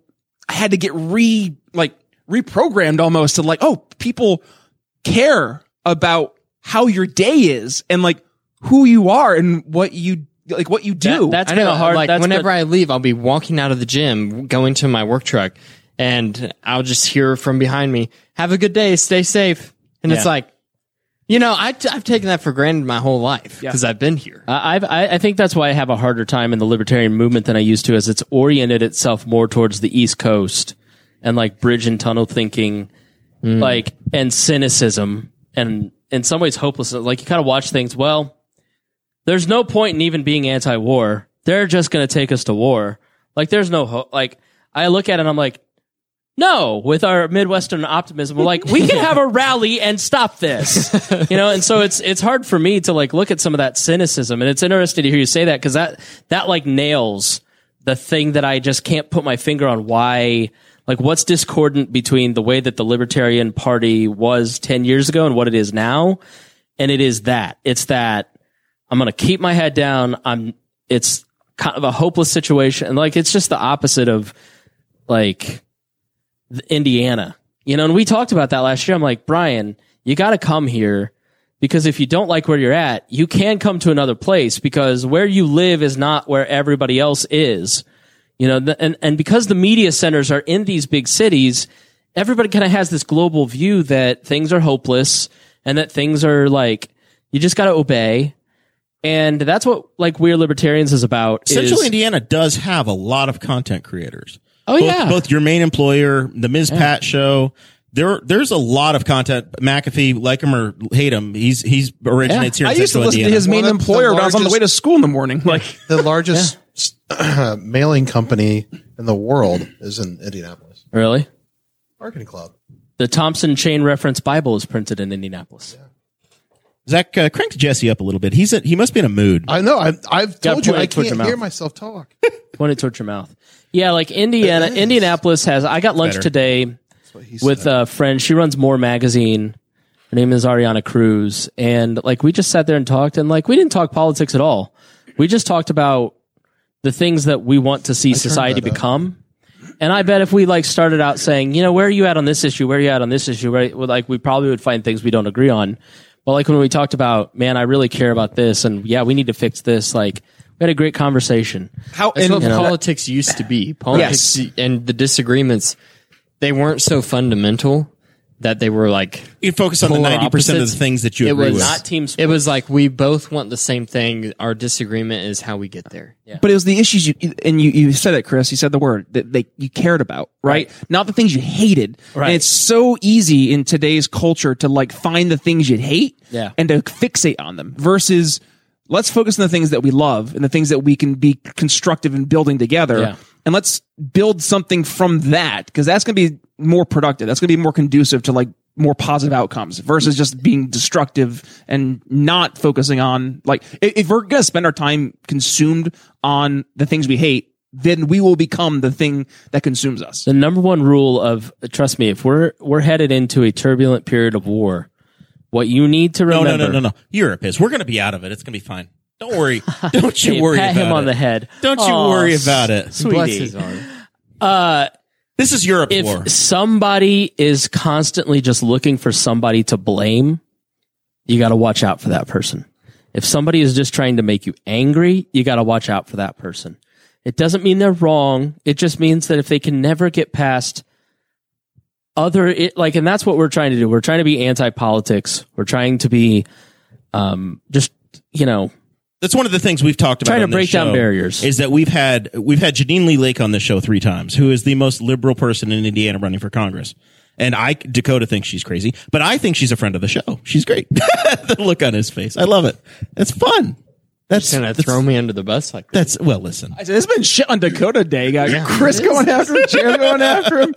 i had to get re like reprogrammed almost to like oh people care about how your day is and like who you are and what you like what you do
That- that's
I
been
know.
a hard.
like
that's
whenever
been-
I leave, I'll be walking out of the gym, going to my work truck, and I'll just hear from behind me, "Have a good day, stay safe." And it's
Yeah.
like, you know, I, I've taken that for granted my whole life because I've been here.
I- I've, I, I think that's why I have a harder time in the libertarian movement than I used to, as it's oriented itself more towards the East Coast and like bridge and tunnel thinking, like and cynicism, and in some ways hopelessness. Like you kind of watch things. Well, there's no point in even being anti-war. They're just going to take us to war. Like there's no hope. Like I look at it, and I'm like. No, with our Midwestern optimism, we're like, we can have a rally and stop this. You know, and so it's it's hard for me to like look at some of that cynicism. And it's interesting to hear you say that because that that like nails the thing that I just can't put my finger on why like what's discordant between the way that the Libertarian Party was ten years ago and what it is now. And it is that. It's that I'm gonna keep my head down. I'm it's kind of a hopeless situation. And like it's just the opposite of like Indiana. You know, and we talked about that last year. I'm like, Brian, you got to come here because if you don't like where you're at, you can come to another place because where you live is not where everybody else is. You know, the, and, and because the media centers are in these big cities, everybody kind of has this global view that things are hopeless and that things are like, you just got to obey. And that's what like We're Libertarians is about.
Central
is,
Indiana does have a lot of content creators.
Oh,
both,
yeah.
both your main employer, the Ms. Pat show. There, there's a lot of content. McAfee, like him or hate him, he's he's originates
i
here in
used to
Central
listen
Indiana.
to his main
Well, that's the
employer when i was on the way to
largest-
school in the morning like
The largest mailing company in the world is in Indianapolis.
really
Marketing Club.
the Thompson Chain Reference Bible is printed in Indianapolis.
Zach, uh, crank Jesse up a little bit. He's a, he must be in a mood.
Uh,
I know. I, I've
Gotta
told you
point
I
it towards
can't
your
hear
mouth.
myself talk.
Point it towards your mouth. Yeah, like Indiana, Indianapolis has. I got lunch
better.
today
he
with a friend. She runs More Magazine. Her name is Ariana Cruz, and like we just sat there and talked, and like we didn't talk politics at all. We just talked about the things that we want to see society become. And I bet if we like started out saying, you know, where are you at on this issue? Where are you at on this issue? Where, well, like we probably would find things we don't agree on. But like when we talked about, man, I really care about this, and yeah, we need to fix this. Like we had a great conversation.
how
That's
and-
what
you know,
politics used to be. Politics
Yes.
and the disagreements, they weren't so fundamental that they were like
you focus on the
polar
ninety percent of the
opposites.
things that you
it
agree
was
with.
Not team
It
sports.
was like we both want the same thing. Our disagreement is how we get there.
But it was the issues you and you, you said it, Chris. You said the word that they you cared about, right? Not the things you hated.
Right.
And it's so easy in today's culture to like find the things you hate
Yeah.
and to fixate on them versus let's focus on the things that we love and the things that we can be constructive in building together.
Yeah.
And let's build something from that because that's going to be more productive. That's going to be more conducive to like more positive outcomes versus just being destructive and not focusing on like i- if we're going to spend our time consumed on the things we hate, then we will become the thing that consumes us.
the number one rule of trust me, if we're we're headed into a turbulent period of war, what you need to
no,
remember.
no, no, no, no. You're a piss. We're gonna be out of it. It's gonna be fine. Don't worry. Don't you
Hey,
worry
pat
about
him on
it.
the head.
Don't you
Aw,
worry about it.
Bless his heart.
This is Europe
if
war.
somebody is constantly just looking for somebody to blame, you got to watch out for that person. If somebody is just trying to make you angry, you got to watch out for that person. It doesn't mean they're wrong. It just means that if they can never get past other, it, like, and that's what we're trying to do. We're trying to be anti politics. We're trying to be, um, just, you know,
That's one of the things we've talked about.
Trying to
on this
break down
show,
barriers.
is that we've had we've had Janine Lee Lake on this show three times, who is the most liberal person in Indiana running for Congress. And I Dakota thinks she's crazy, but I think she's a friend of the show. She's great. the look on his face, I love it. It's fun. That's
Gonna
that's,
throw me under the bus like that.
that's well. Listen,
I said, it's been shit on Dakota Day. You Got Chris going after him, Jared going after him.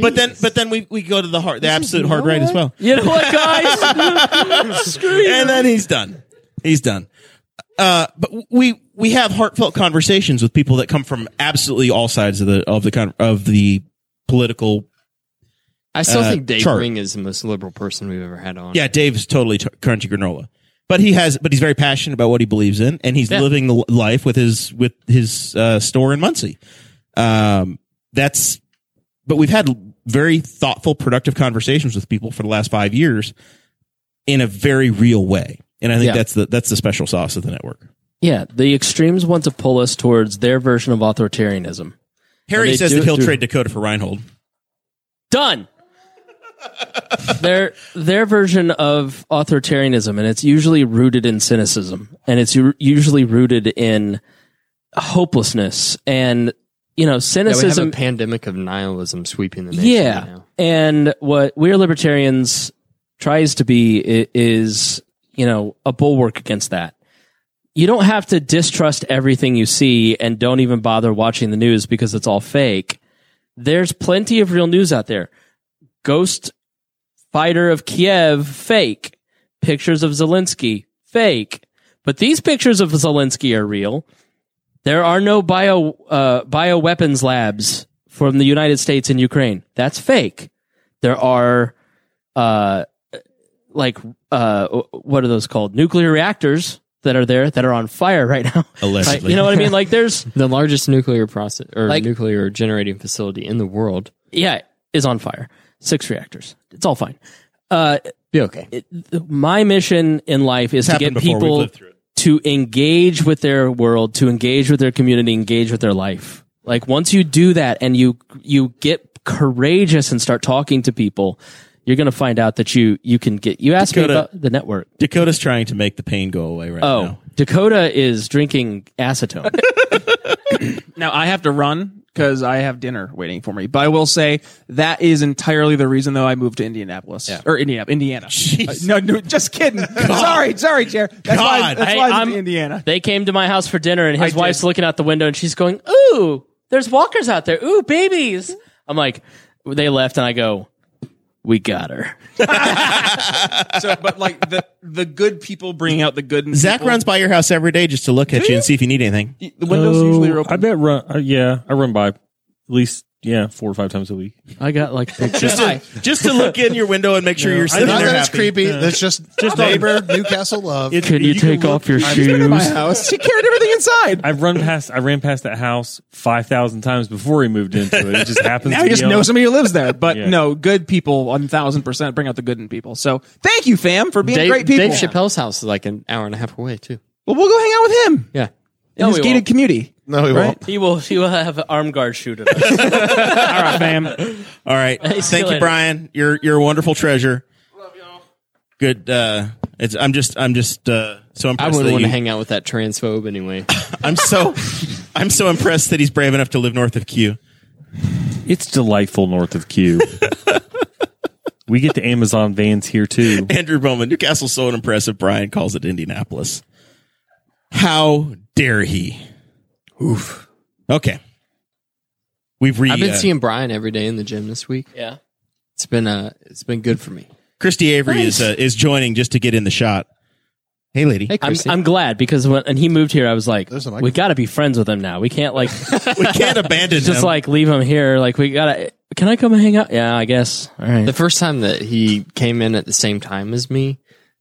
but then but then we, we go to the hard the absolute hard right as well.
you know what, guys? Screw you.
and then he's done. He's done. Uh, but we we have heartfelt conversations with people that come from absolutely all sides of the of the con- of the political
I still
uh,
think Dave
chart.
Ring is the most liberal person we've ever had on.
Yeah, Dave's totally t- crunchy granola, but he has, but he's very passionate about what he believes in, and he's living the l- life with his with his uh, store in Muncie. Um, that's, but we've had l- very thoughtful, productive conversations with people for the last five years in a very real way, and I think
Yeah.
that's the that's the special sauce of the network.
Yeah, the extremes want to pull us towards their version of authoritarianism. And
Harry
they
says
do
that
it
he'll
through-
trade Dakota for Reinhold.
Done. their their version of authoritarianism, and it's usually rooted in cynicism, and it's u- usually rooted in hopelessness, and you know
Yeah, we have
cynicism.
a pandemic of nihilism sweeping the nation.
Yeah.
right now.
And what We're Libertarians tries to be i- is, you know, a bulwark against that. You don't have to distrust everything you see and don't even bother watching the news because it's all fake. There's plenty of real news out there. Ghost fighter of Kiev, fake. Pictures of Zelensky, fake. But these pictures of Zelensky are real. There are no bio uh, bioweapons labs from the United States in Ukraine. That's fake. There are uh like uh what are those called? Nuclear reactors that are there that are on fire right now.
Allegedly.
Like, you know what I mean? Like there's
The largest nuclear process or
Like-
nuclear generating facility in the world.
yeah, is on fire. Six reactors. It's all fine. Uh
Be okay.
my mission in life is to
happened
get
before. We've
people
lived through it.
to engage with their world, to engage with their community, engage with their life. Like once you do that and you you get courageous and start talking to people, you're going to find out that you you can get. You asked me
Dakota-
about the network.
Dakota's trying to make the pain go away right
Oh,
now.
Dakota is drinking acetone.
Now I have to run because I have dinner waiting for me. But I will say that is entirely the reason though I moved to Indianapolis or Indiana, Indiana.
Jeez.
Uh, no, no, just kidding. sorry, sorry, Jer. That's why.
God.
That's
Hey,
why I'm
I'm-
in Indiana.
They came to my house for dinner, and his
I
wife's
did.
looking out the window, and she's going, "Ooh, there's walkers out there. Ooh, babies." I'm like, they left, and I go, "We got her."
So, but like the the good people bring out the good. In
Zach
people.
runs by your house every day just to look at you and see if you need anything.
The windows usually are open.
Oh, I bet run. Uh, yeah, I run by at least yeah four or five times a week.
I got like
just to, just to look in your window and make sure you're sitting
Not
there
that it's
happy.
creepy. That's just, neighbor, Newcastle love.
Can you, take off your
my
shoes?
house. She carried everything inside.
I've run past. I ran past that house five thousand times before he moved into it. It just happens.
now
to
you just
be
know
on-
somebody who lives there. But
Yeah.
no, good people, one thousand percent, bring out the good in people. So thank you, fam, for being
Dave,
great people.
Dave Chappelle's house is like an hour and a half away too.
well, we'll go hang out with him.
Yeah.
in his
we
gated
won't.
community.
no, he
Right?
won't.
He will. He will have an arm guard shoot at us.
All right, fam.
All right.
see you
Thank you,
later.
Brian. You're you're a wonderful treasure. Love y'all. Good. Uh, it's, I'm just I'm just uh, so impressed.
I wouldn't
that
want
you-
to hang out with that transphobe anyway.
I'm so I'm so impressed that he's brave enough to live north of Q.
It's delightful north of Q. we get the Amazon vans here too.
Andrew Bowman, Newcastle's so impressive. Brian calls it Indianapolis. How dare he? Oof. Okay. We've re-
I've been
uh,
seeing Brian every day in the gym this week.
Yeah.
It's been uh it's been good for me.
Christy Avery is uh, is joining just to get in the shot. Hey, lady.
Hey
I'm,
Chrissy.
I'm glad because when and he moved here, I was like,
There's a
we got to be friends with him now. We can't like
We can't abandon
just
him.
like leave him here. Like we gotta. Can I come hang out? Yeah, I guess. All right.
the first time that he came in at the same time as me,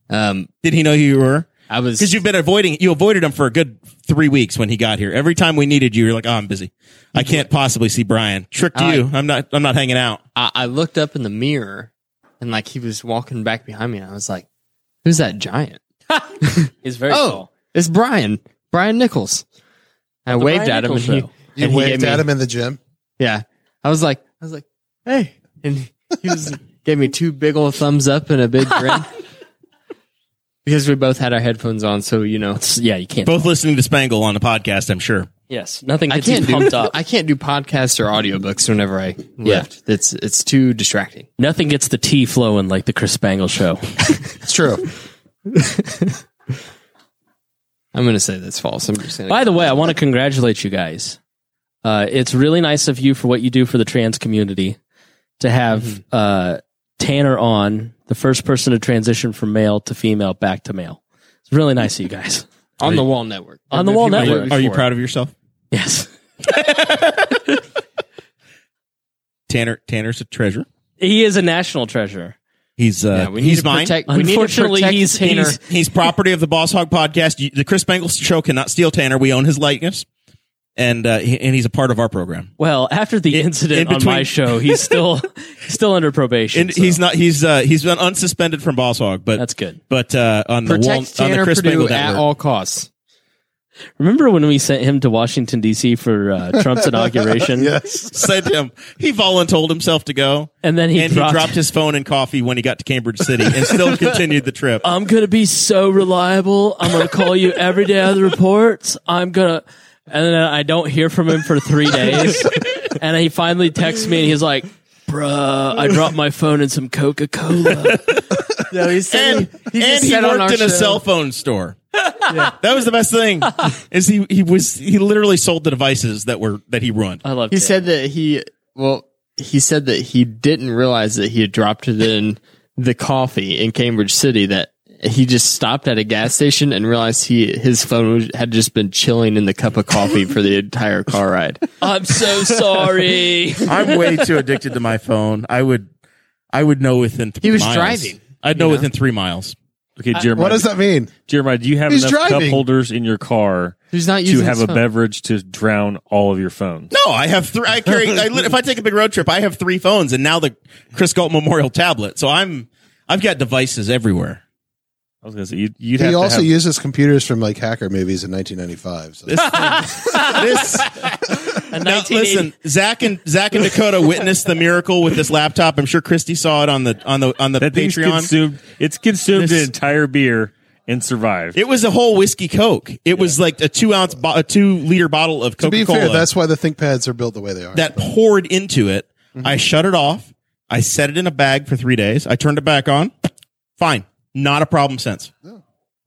um,
Did he know who you were?
I was
Because you've been avoiding, you avoided him for a good three weeks when he got here. Every time we needed you, you're like, "Oh, I'm busy. I can't possibly see Brian." Tricked you. I'm not. I'm not hanging out.
I, I looked up in the mirror and like he was walking back behind me and I was like, Who's that giant?
He's very.
Oh, it's Brian. Brian Nichols. I waved
Brian
at him
Nichols
and
show.
he,
You
and he
waved
gave
at
me,
him in the gym.
Yeah. I was like I was like, Hey and he was gave me two big old thumbs up and a big grin. Because we both had our headphones on, so you know
Yeah, you can't.
Both listening to Spangle on the podcast, I'm sure.
Yes, nothing
I
gets you
can't
pumped
do
up.
I can't do podcasts or audiobooks whenever I lift. It's it's too distracting.
nothing gets the tea flowing like the Chris Spangle show.
It's true.
I'm gonna say that's false. I'm just gonna
By the way, I want to congratulate you guys. Uh, it's really nice of you for what you do for the trans community to have uh, Tanner on, the first person to transition from male to female back to male. It's really nice of you guys.
on the wall network.
On the Wall
If you
Network.
were
Are you
before.
proud of yourself,
Yes.
Tanner? Tanner's a treasure.
He is a national treasure.
He's uh,
we need
he's
to
mine.
protect. We need to
Unfortunately,
protect
he's-
Tanner.
he's-
He's property of the Boss Hog podcast. You- The Chris Bangle show cannot steal Tanner. We own his likeness, and uh, he- and he's a part of our program.
Well, after the
In-
incident
in
on my
between-
show, he's still he's still under probation.
And
so
he's not. He's uh, he's been unsuspended from Boss Hog, but
that's good.
But uh, on the wall,
protect
on the
Tanner
Chris
Purdue
Bangle
at
network,
all costs.
Remember when we sent him to Washington D.C. for uh, Trump's inauguration?
Yes.
sent him. He voluntold himself to go,
And then he
and
dropped-
he dropped his phone and coffee when he got to Cambridge City, and still continued the trip.
I'm gonna be so reliable. I'm gonna call you every day of the reports. I'm gonna, and then I don't hear from him for three days, and he finally texts me and he's like, "Bruh, I dropped my phone in some Coca Cola."
No, he's
and he, and he worked in a cell phone store. That was the best thing. Is he he was he literally sold the devices that were that he ruined.
I love.
He said that he well, he said that he didn't realize that he had dropped it in the coffee in Cambridge City. That he just stopped at a gas station and realized he his phone was- had just been chilling in the cup of coffee for the entire car ride.
"I'm so sorry."
I'm way too addicted to my phone. I would I would know within three
He was
miles.
driving,
I'd know, within three miles.
Okay, Jeremiah.
What does that mean?
Jeremiah, do you have
He's
enough
driving.
cup holders in your car
He's not
to
using
have
his
a
phone.
beverage to drown all of your phones?
No, I have three. I carry. I, lit- if I take a big road trip, I have three phones, and now the Chris Galt Memorial tablet. So I'm I've got devices everywhere.
I was going to say, you'd, you'd have
He
to
also
have-
uses computers from like hacker movies in 1995. So.
This
A
now,
1980
listen, Zach and Zach and Dakota witnessed the miracle with this laptop. I'm sure Christy saw it on the on the on the
that thing's
Patreon.
consumed. It's consumed
This-
an entire beer and survived.
It was a whole whiskey Coke. It was like a two ounce, bo- a two liter bottle of
to
Coca
be fair,
Cola
that's why the ThinkPads are built the way they are.
that poured into it.
Mm-hmm.
I shut it off. I set it in a bag for three days. I turned it back on. Fine, not a problem since.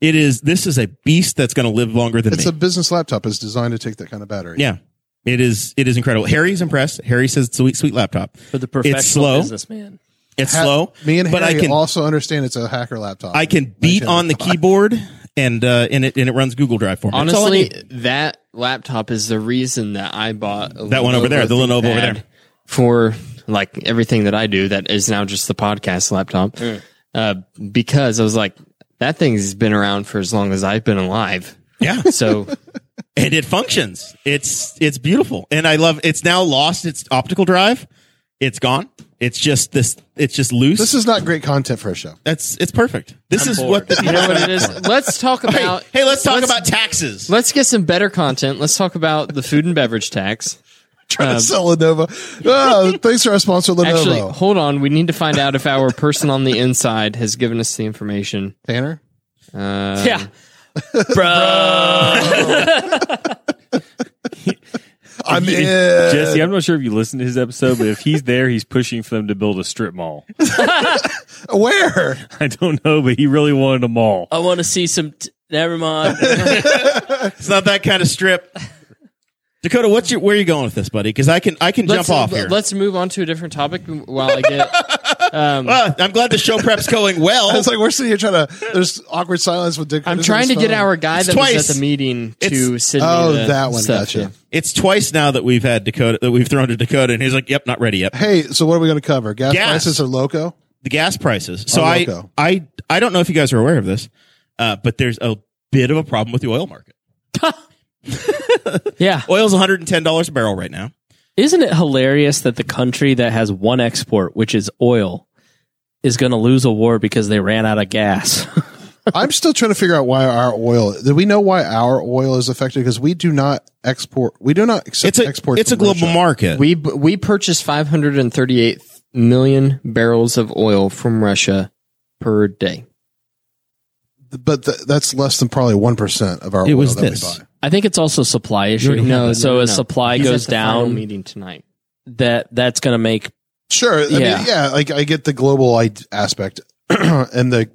It is. This is a beast that's going to live longer than
it's
me.
a business laptop. It's designed to take that kind of battery.
yeah, it is. It is incredible. Harry's impressed. Harry says it's a sweet, sweet laptop.
for the professional
it's slow.
businessman.
It's
Ha-
slow.
Me and
but
Harry
I can
also understand it's a hacker laptop.
I can beat on the keyboard and uh, and it and it runs Google Drive for me. That's all I
Honestly,
need.
that laptop is the reason that I bought a
That one over there, the Lenovo over
ThinkPad
there.
for like everything that I do. That is now just the podcast laptop,
Mm.
uh, because I was like, that thing's been around for as long as I've been alive.
yeah.
So
and it functions. It's it's beautiful, and I love. It's now lost its optical drive. It's gone. It's just this. It's just loose.
This is not great content for a show.
that's it's perfect. This is what the
you know what it is. Let's talk
Hey,
about.
hey, let's talk about taxes.
Let's get some better content. Let's talk about the food and beverage tax.
Trying to sell Lenovo. Ah, thanks to our sponsor, Lenovo.
Actually, hold on. We need to find out if our person on the inside has given us the information.
Tanner?
Uh,
Yeah, bro.
I'm in.
Uh,
Jesse, I'm not sure if you listened to his episode, but if he's there, he's pushing for them to build a strip mall.
Where?
I don't know, but he really wanted a mall.
I want to see some. T- Never mind.
It's not that kind of strip. Dakota, what's your where are you going with this, buddy? Because I can I can
Let's-
jump off here.
Let's move on to a different topic while I get.
Uh, I'm glad the show prep's going well.
It's like we're sitting here trying to. There's awkward silence with Dick.
I'm trying to get our guy that
twice.
was at the meeting to
It's-
Sydney.
Oh,
the
that one.
stuff,
Gotcha.
yeah.
it's twice now that we've had Dakota that we've thrown to Dakota, and he's like, "Yep, not ready yet."
Hey, so what are we going to cover? Gas,
Gas.
prices are loco.
the gas prices. So
Oh,
I,
loco.
I, I don't know if you guys are aware of this, uh, but there's a bit of a problem with the oil market.
yeah,
Oil's $110 a barrel right now.
Isn't it hilarious that the country that has one export, which is oil, is going to lose a war because they ran out of gas?
I'm still trying to figure out why our oil. Do we know why our oil is affected? Because we do not export. We do not accept
It's a,
export.
it's a
from
global
Russia.
market.
We we purchased 538 million barrels of oil from Russia per day.
but th- that's less than probably one percent of our
It
oil
was
that
this.
we buy.
I think it's also supply issue. so as supply
He's
goes
at the final
down,
Meeting tonight.
that that's going to make
Sure, I yeah,
Yeah.
mean, yeah. Like I get the global I- aspect, and the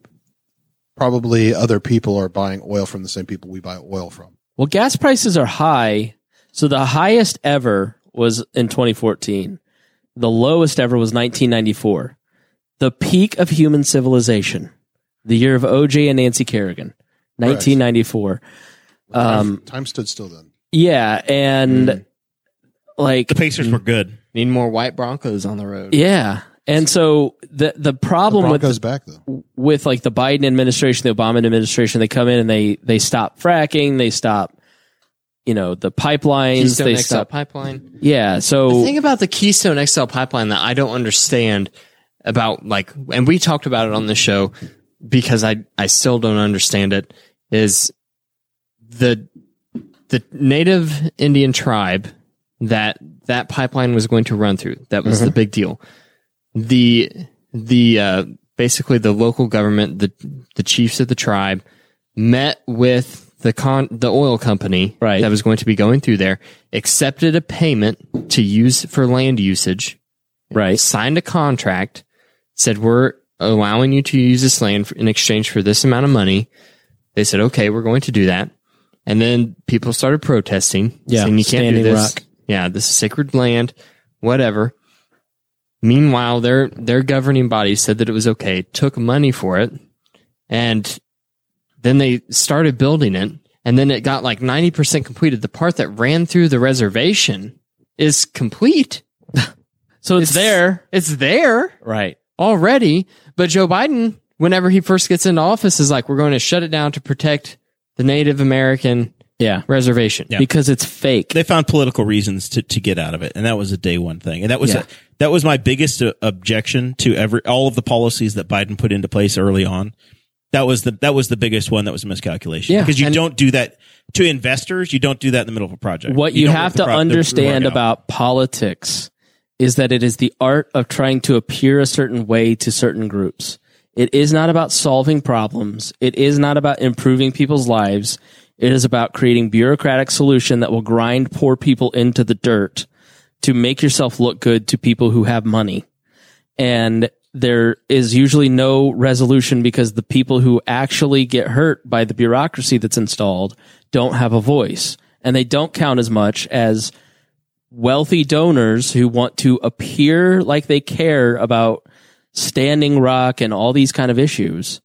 probably other people are buying oil from the same people we buy oil from.
well, gas prices are high. So the highest ever was in 2014. The lowest ever was 1994. The peak of human civilization, the year of OJ and Nancy Kerrigan, 1994. Um,
Time stood still then.
yeah, and like
the Pacers were good.
Need more white Broncos on the road.
Yeah. And so the the problem with
Broncos back though.
with like the Biden administration, the Obama administration, they come in and they they stop fracking, they stop, you know, the pipelines,
Keystone
they
XL
stop.
pipeline.
Yeah,
The
so
thing about the Keystone XL pipeline that I don't understand about like, and we talked about it on the show because I I still don't understand it is the the Native Indian tribe that that pipeline was going to run through. That was the big deal. The the uh, basically the local government, the the chiefs of the tribe, met with the con the oil company
Right.
that was going to be going through there, accepted a payment to use for land usage,
right,
signed a contract, said we're allowing you to use this land in exchange for this amount of money. They said, okay, we're going to do that. And then people started protesting,
Yeah,
saying you can't
Standing
do this.
Rock.
Yeah, this is sacred land, whatever. Meanwhile, their their governing body said that it was okay, took money for it, and then they started building it, and then it got like ninety percent completed. The part that ran through the reservation is complete.
so it's, there,
It's there
right,
already. But Joe Biden, whenever he first gets into office, is like, we're going to shut it down to protect the Native American
yeah,
reservation.
because it's fake.
they found political reasons to, to get out of it, and that was a day one thing. And that was
Yeah.
that was my biggest uh, objection to every all of the policies that Biden put into place early on. That was the that was the biggest one that was a miscalculation
Yeah,
because you
and-
don't do that to investors. You don't do that in the middle of a project.
What you,
don't
have
let the
to
pro- the-
understand
the-
about politics is that it is the art of trying to appear a certain way to certain groups. It is not about solving problems. It is not about improving people's lives. It is about creating bureaucratic solution that will grind poor people into the dirt to make yourself look good to people who have money. And there is usually no resolution because the people who actually get hurt by the bureaucracy that's installed don't have a voice and they don't count as much as wealthy donors who want to appear like they care about standing rock and all these kind of issues.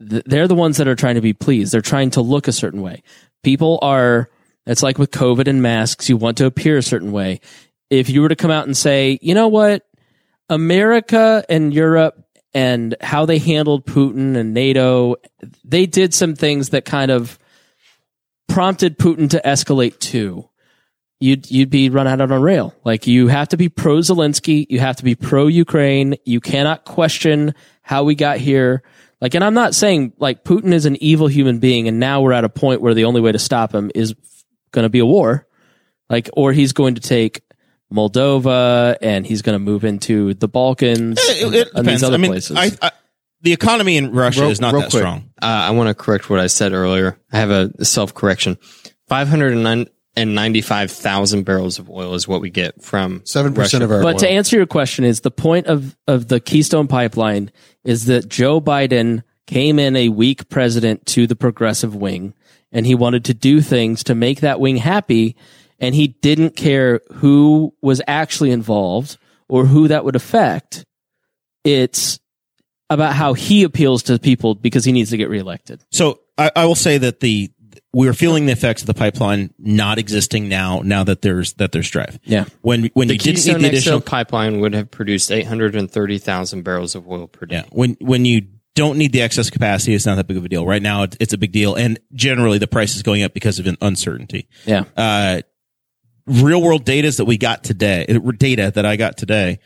Th- They're the ones that are trying to be pleased. They're trying to look a certain way. People are, it's like with COVID and masks, you want to appear a certain way. If you were to come out and say, you know what? America and Europe and how they handled Putin and NATO, they did some things that kind of prompted Putin to escalate too. You'd you'd be run out on a rail. Like you have to be pro Zelensky, you have to be pro Ukraine. You cannot question how we got here. Like, and I'm not saying like Putin is an evil human being, and now we're at a point where the only way to stop him is going to be a war, like, or he's going to take Moldova and he's going to move into the Balkans
It,
and,
it
and these
depends.
other
I mean,
places.
I, I, the economy in Russia
Real-
is not
real
that
quick.
strong.
Uh, I want to correct what I said earlier. I have a self correction. 595,000 barrels of oil is what we get from
Seven
Russia.
percent of our
But
oil.
to answer your question, is the point of, of the Keystone Pipeline is that Joe Biden came in a weak president to the progressive wing and he wanted to do things to make that wing happy. And he didn't care who was actually involved or who that would affect. It's about how he appeals to people because he needs to get reelected.
So I, I will say that the we are feeling the effects of the pipeline not existing now. Now that there's that there's strife.
Yeah.
When when
The
you didn't need
Keystone
the
XL
additional
pipeline would have produced 830,000 barrels of oil per day.
Yeah. When when you don't need the excess capacity, it's not that big of a deal. Right now, it's, it's a big deal, and generally the price is going up because of an uncertainty.
Yeah.
Uh, real world data that we got today, uh, data that I got today.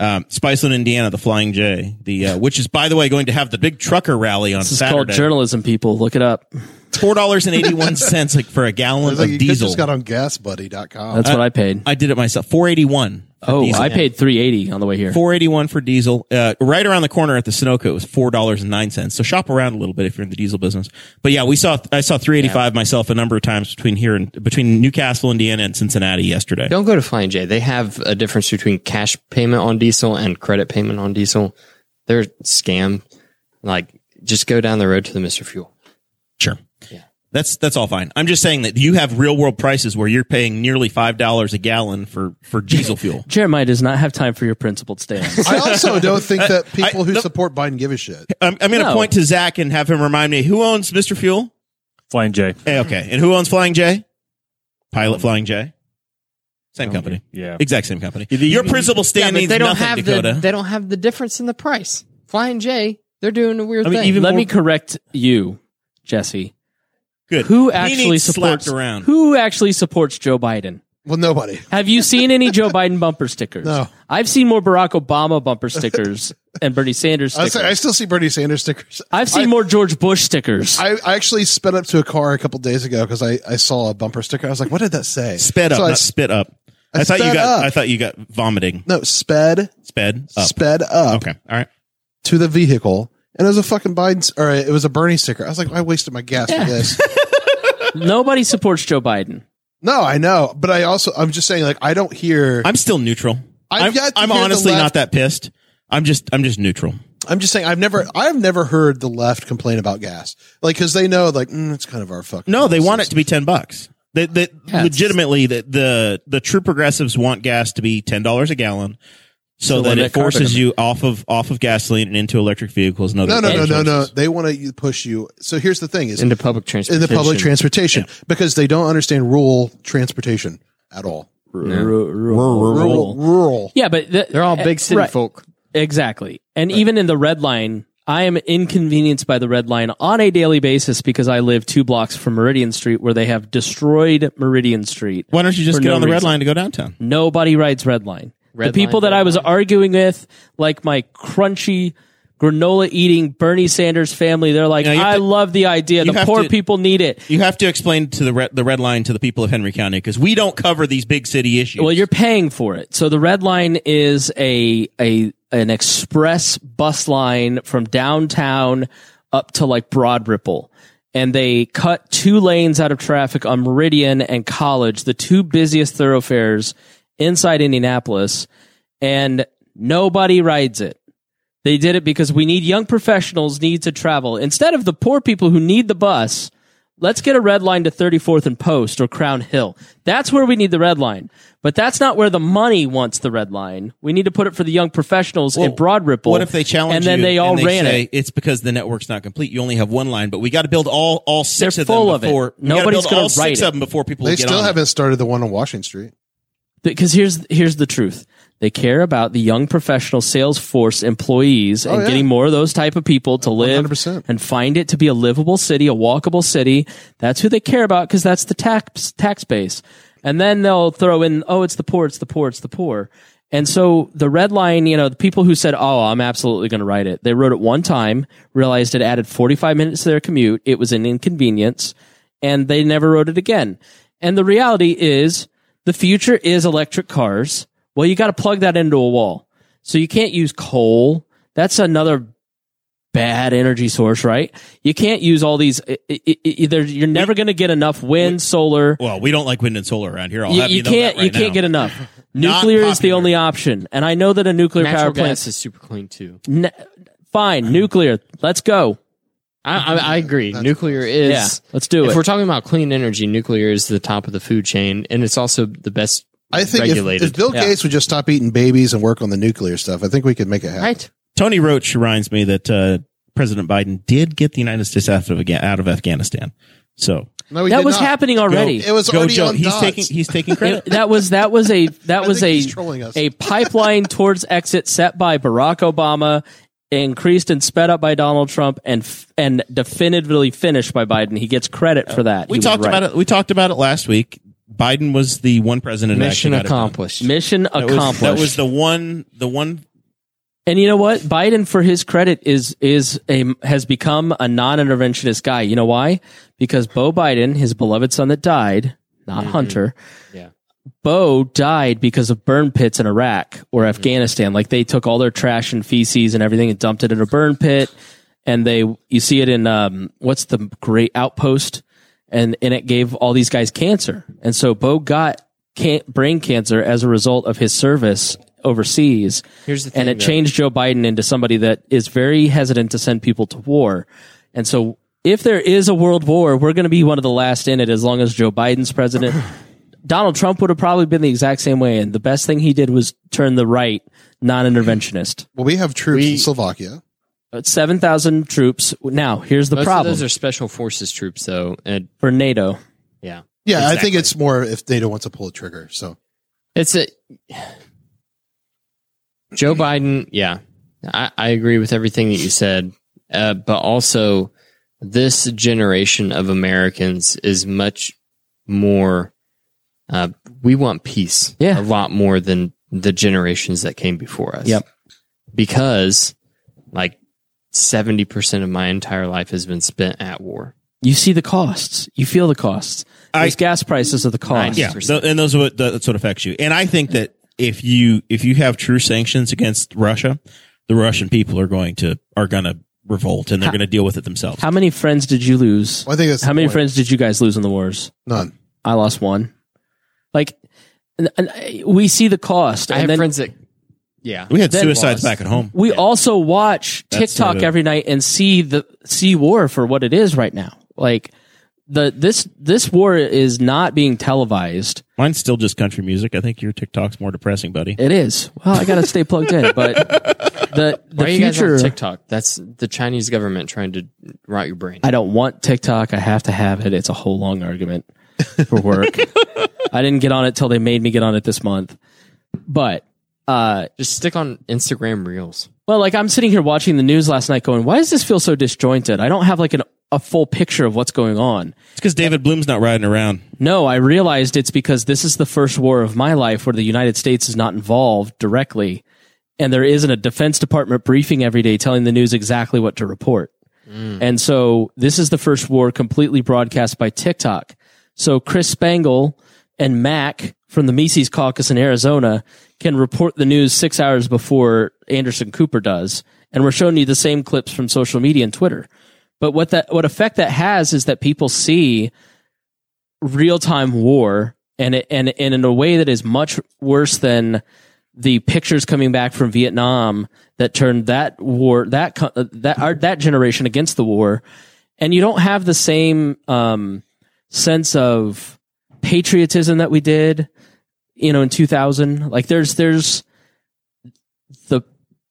Um, Spiceland, Indiana, the Flying J, the uh, which is by the way going to have the big trucker rally on
This is called
Saturday.
journalism, people. Look it up.
Four dollars and eighty one cents like for a
I
gallon
was like,
of
you
diesel.
just got on gasbuddy.com.
That's what I paid.
I did it myself. Four eighty one.
Oh, I paid 380 on the way here.
481 for diesel. Uh, right around the corner at the Sunoco, it was four dollars and nine cents. So shop around a little bit if you're in the diesel business. But yeah, we saw I saw 385 myself a number of times between here and between Newcastle, Indiana, and Cincinnati yesterday.
Don't go to Flying J. They have a difference between cash payment on diesel and credit payment on diesel. They're a scam. Like, just go down the road to the Mr. Fuel.
Sure. That's that's all fine. I'm just saying that you have real world prices where you're paying nearly five dollars a gallon for for diesel fuel.
Jeremiah does not have time for your principled stance.
I also don't think that people who
the-
support Biden give a shit.
I'm, I'm going to
No.
point to Zach and have him remind me who owns Mr. Fuel. Eh,
Flying J.
Hey, okay, and who owns Flying J? Pilot Flying J. Same company.
yeah.
Exact same company. Your principal stand means
they don't
nothing,
have
Dakota.
the they don't have the difference in the price. Flying J, they're doing a weird
I mean,
thing.
even
Let
more-
me correct you, Jesse.
Good.
Who
He
actually
needs
supports
slapped around?
Who actually supports Joe Biden?
Well, nobody.
Have you seen any Joe Biden bumper stickers?
No.
I've seen more Barack Obama bumper stickers and Bernie Sanders
I,
stickers.
say, I still see Bernie Sanders stickers.
I've seen more George Bush stickers.
I, I actually sped up to a car a couple days ago because I, I saw a bumper sticker. I was like, what did that say?
Sped up,
So I
not
s-
spit up. I,
I
thought you
sped
got.
up.
I thought you got vomiting.
no, sped,
Sped up.
sped up
Okay. All right.
to the vehicle. And it was a fucking Biden, s- or it was a Bernie sticker. I was like, I wasted my gas for this.
Nobody supports Joe Biden.
no, I know. But I also, I'm just saying, like, I don't hear,
I'm still neutral.
I've
I'm,
yet to
I'm
hear the
honestly
left-
not that pissed. I'm just. I'm just neutral.
I'm just saying, I've never, I've never heard the left complain about gas. Like, cause they know, like, mm, it's kind of our fucking.
No, they want it to be ten bucks. They, they
it's-
legitimately the, the the true progressives want gas to be ten dollars a gallon, so
To
that it
limit carbon
forces you off of off of gasoline and into electric vehicles. and other
No, no, no, no, no.
choices.
They want to push you. So here's the thing is
into public
in
transportation.
the public transportation because they don't understand rural transportation at all. Rural, rural.
Yeah, but the, eh,
They're all big city
Right.
folk.
Exactly. And even in the red line, I am inconvenienced by the red line on a daily basis because I live two blocks from Meridian Street where they have destroyed Meridian Street.
Why don't you just
For
get
no
on the red
reason.
line to go downtown?
Nobody rides red line. the
Red
people
line,
that
red
I was arguing with, like my crunchy granola eating Bernie Sanders family, they're like,
Yeah, you have
I
to-
love the idea. The
have
poor
to-
people need it.
You have to explain to the red, the red line to the people of Henry County because we don't cover these big city issues.
Well, you're paying for it. So the red line is a a an express bus line from downtown up to like Broad Ripple. And they cut two lanes out of traffic on Meridian and College, the two busiest thoroughfares inside Indianapolis, and nobody rides it. They did it because we need young professionals need to travel. Instead of the poor people who need the bus, let's get a red line to 34th and Post or Crown Hill. That's where we need the red line. But that's not where the money wants the red line. We need to put it for the young professionals in Broad Ripple.
What if they challenge
And then
you
they all
and
ran
say,
it.
It's because the network's not complete. You only have one line, but we got to build all all 6
They're
of them
full of it.
before we gotta
Nobody's
build
gonna
all six
write
of them before people
They
get
still
on.
haven't started the one on Washington Street.
Because here's here's the truth. They care about the young professional sales force employees and
Oh,
yeah.
getting more of those type of people to live
100%.
and find it to be a livable city, a walkable city. That's who they care about because that's the tax tax base. And then they'll throw in, oh, it's the poor, it's the poor, it's the poor. And so the red line, you know, the people who said, oh, I'm absolutely going to write it, they wrote it one time, realized it added 45 minutes to their commute. It was an inconvenience and they never wrote it again. And the reality is the future is electric cars. Well, you got to plug that into a wall. So you can't use coal. That's another bad energy source, right? You can't use all these. i- i- i- Either you're never going to get enough wind, solar.
Well, we don't like wind and solar around here. I'll
You,
have
you
you, know
can't.
that right
you can't
now.
get enough.
Not
Nuclear is the
popular.
only option, and I know that a nuclear
Natural
power plant.
gas is super clean too.
Ne- fine, nuclear. Let's go.
I, I, I agree. nuclear
Yeah,
is.
let's do
if
it.
we're talking about clean energy, nuclear is the top of the food chain, and it's also the best.
I think if,
regulated.
if Bill
Yeah.
Gates would just stop eating babies and work on the nuclear stuff, I think we could make it happen.
right.
Tony Roach reminds me that uh, President Biden did get the United States out of, Aga- out of Afghanistan. So
No, we
that
did
was
not.
happening already.
It was
go,
already
Joe.
on
He's
dots.
taking he's taking credit.
It- that was that was a that was
think
a
he's trolling us.
a pipeline towards exit set by Barack Obama, increased and sped up by Donald Trump, and f- and definitively finished by Biden. He gets credit for that.
we talked about it. We talked about it last week. Biden was the one president. that
Mission
actually got it done.
accomplished.
Mission
That was-
accomplished.
That was the one. The one
and you know what? Biden, for his credit, is is a has become a non-interventionist guy. You know why? Because Bo Biden, his beloved son that died, not Hunter.
Yeah.
Bo died because of burn pits in Iraq or
Hmm.
Afghanistan. Like they took all their trash and feces and everything and dumped it in a burn pit. And they, you see it in, um, what's the great outpost? And, and it gave all these guys cancer. And so Bo got can- brain cancer as a result of his service overseas.
Here's the
and
thing,
it
though.
changed Joe Biden into somebody that is very hesitant to send people to war. And so if there is a world war, we're going to be one of the last in it as long as Joe Biden's president. Donald Trump would have probably been the exact same way. And the best thing he did was turn the right non-interventionist.
Well, we have troops
We-
in Slovakia.
But 7,000 troops. Now, here's the
Most
problem
of those are special forces troops, though, and
for NATO.
yeah,
Yeah, I think it's more if NATO wants to pull a trigger. So
It's a Joe Biden. Yeah, I, I agree with everything that you said, uh, but also this generation of Americans is much more. Uh, we want peace,
Yeah.
a lot more than the generations that came before us.
Yep.
because like seventy percent of my entire life has been spent at war.
You see the costs. You feel the costs. These gas prices are the cost.
Yeah, tho- and those are what that's what affects you. And I think that if you if you have true sanctions against Russia, the Russian people are going to are going to revolt and they're going to deal with it themselves.
How many friends did you lose?
Well, I think that's
How
the
many
point.
friends did you guys lose in the wars?
None.
I lost one. Like, and, and I- we see the cost.
I
and
have
then
friends that, yeah,
we had
then
suicides
lost.
back at home.
we also watch
That's
TikTok
sort of-
every night and see the see war for what it is right now. Like the this this war is not being televised.
Mine's still just country music. I think your TikTok's more depressing, buddy.
It is. Well, I gotta stay plugged in, but the the
Why are you guys
future.
on TikTok? That's the Chinese government trying to rot your brain.
I don't want TikTok. I have to have it. It's a whole long argument for work. I didn't get on it till they made me get on it this month. But uh
Just stick on Instagram Reels.
Well, like I'm sitting here watching the news last night going, why does this feel so disjointed? I don't have like an, a full picture of what's going on.
It's because David Bloom's not riding around.
No, I realized it's because this is the first war of my life where the United States is not involved directly. And there isn't a Defense Department briefing every day telling the news exactly what to report. And so this is the first war completely broadcast by TikTok. So Chris Spangle and Mac from the Mises Caucus in Arizona can report the news six hours before Anderson Cooper does. And we're showing you the same clips from social media and Twitter. But what that, what effect that has is that people see real time war and, it, and, and in a way that is much worse than the pictures coming back from Vietnam that turned that war that co- uh, that our, that generation against the war, and you don't have the same um, sense of patriotism that we did, you know, in two thousand. Like there's there's the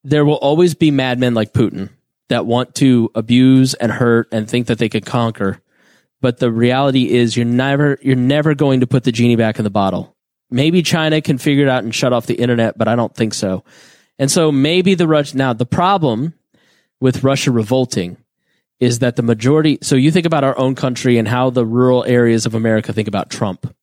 there will always be madmen like Putin that want to abuse and hurt and think that they can conquer. But the reality is you're never you're never going to put the genie back in the bottle. Maybe China can figure it out and shut off the internet, but I don't think so. And so maybe the Russia now the problem with Russia revolting is that the majority so you think about our own country and how the rural areas of America think about Trump.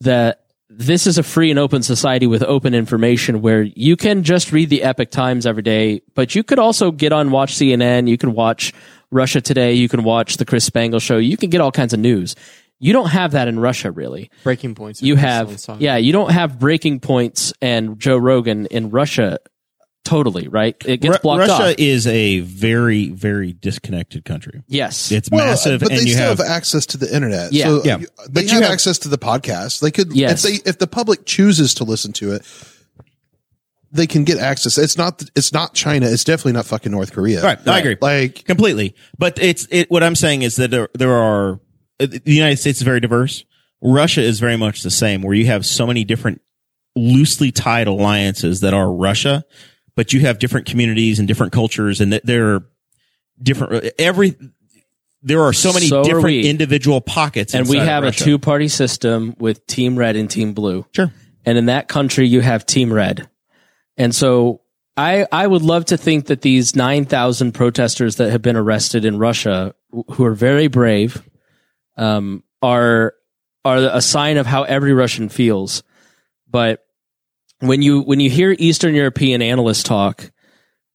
That this is a free and open society with open information where you can just read the Epic Times every day, but you could also get on watch CNN, you can watch Russia Today, you can watch the Chris Spangle show, you can get all kinds of news. You don't have that in Russia really
Breaking points.
you have yeah you don't have breaking points and joe rogan in russia totally right it gets
Ru-
blocked
Russia
off
is a very very disconnected country.
yes
It's
Well,
massive,
but
and
they
you
still
have,
have, access to the internet.
Yeah.
so
Yeah.
you- they
But you
have,
have-
access to the podcast. They could,
Yes.
if they, if the public chooses to listen to it, they can get access. It's not, it's not China. It's definitely not fucking North Korea.
Right, I agree.
Like,
completely. But it's it. What I'm saying is that there, there are uh, the United States is very diverse. Russia is very much the same, where you have so many different loosely tied alliances that are Russia, but you have different communities and different cultures, and that there are different uh, every. There are so many
So are
different
we.
individual pockets,
and we
inside of
have a
Russia.
two party system with team red and team blue
Sure.
and in that country you have team red and so i i would love to think that these 9000 protesters that have been arrested in russia wh- who are very brave um are are a sign of how every russian feels but when you when you hear eastern european analysts talk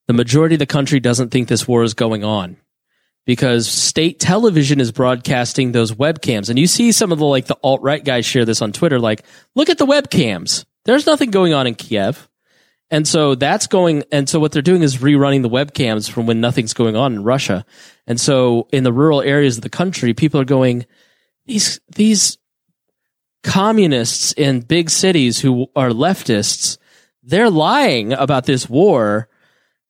the majority of the country doesn't think this war is going on because state television is broadcasting those webcams and you see some of the like the alt-right guys share this on twitter like look at the webcams there's nothing going on in kiev and so that's going and so what they're doing is rerunning the webcams from when nothing's going on in russia and so in the rural areas of the country people are going these these communists in big cities who are leftists they're lying about this war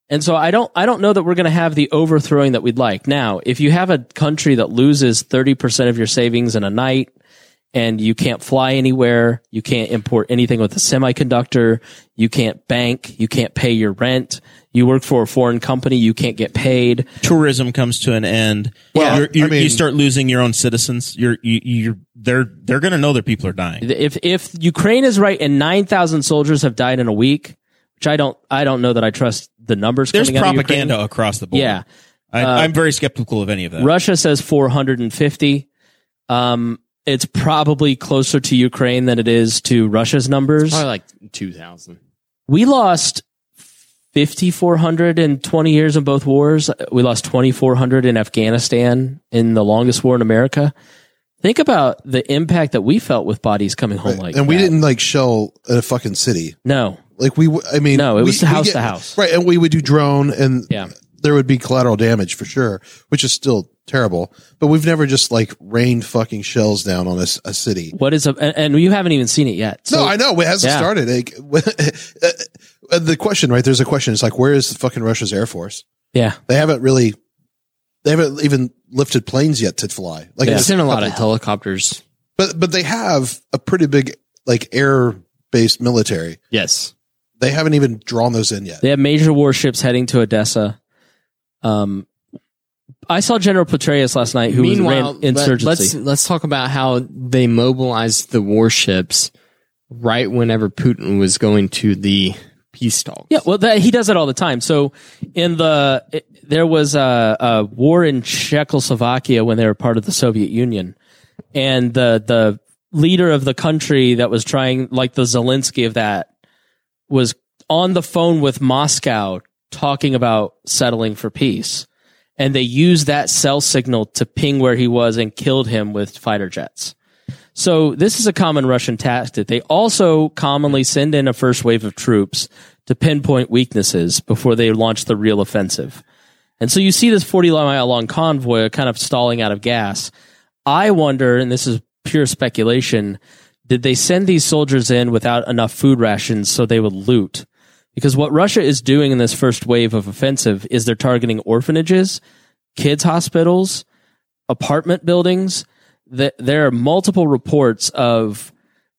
and so I don't I don't know that we're going to have the overthrowing that we'd like. Now, if you have a country that loses 30% of your savings in a night and you can't fly anywhere. You can't import anything with a semiconductor. You can't bank. You can't pay your rent. You work for a foreign company. You can't get paid.
tourism comes to an end.
Well,
You're- you're-
I mean-
you start losing your own citizens. You're, you, you're, they're, they're going to know their people are dying.
If, if Ukraine is right and 9,000 soldiers have died in a week, which I don't, I don't know that I trust the numbers.
There's
coming out of Ukraine.
propaganda across the board.
Yeah. Uh,
I, I'm very skeptical of any of that.
Russia says 450. Um, it's probably closer to Ukraine than it is to Russia's numbers.
Probably like 2,000.
We lost 5,400 in 20 years in both wars. We lost 2,400 in Afghanistan in the longest war in America. Think about the impact that we felt with bodies coming home like
and we
that.
didn't like shell at a fucking city.
No.
Like we, w- I mean,
No, it was
we- we
house to house.
right? And we would do drone, and
Yeah.
there would be collateral damage for sure, which is still terrible. But we've never just like rained fucking shells down on a, s- a city.
What is a, and, and you haven't even seen it yet. So
no, I know it hasn't
yeah.
started. Like, uh, the question, right? There's a question. It's like, where is the fucking Russia's air force?
yeah.
They haven't really, they haven't even lifted planes yet to fly. Like,
They
it's-
sent a lot of helicopters.
but but they have a pretty big like air based military.
Yes.
They haven't even drawn those in yet.
They have major warships heading to Odessa. Um, I saw General Petraeus last night, who was ran
Meanwhile, let-
insurgency.
let's let's talk about how they mobilized the warships right whenever Putin was going to the peace talks.
yeah, well, that, he does it all the time. So, in the it- there was a, a war in Czechoslovakia when they were part of the Soviet Union, and the the leader of the country that was trying, like the Zelensky of that, was on the phone with Moscow talking about settling for peace. And they used that cell signal to ping where he was and killed him with fighter jets. So this is a common Russian tactic. They also commonly send in a first wave of troops to pinpoint weaknesses before they launch the real offensive. And so you see this 40 mile long convoy kind of stalling out of gas. I wonder, and this is pure speculation, did they send these soldiers in without enough food rations so they would loot? Because what Russia is doing in this first wave of offensive is they're targeting orphanages, kids' hospitals, apartment buildings. Th- There are multiple reports of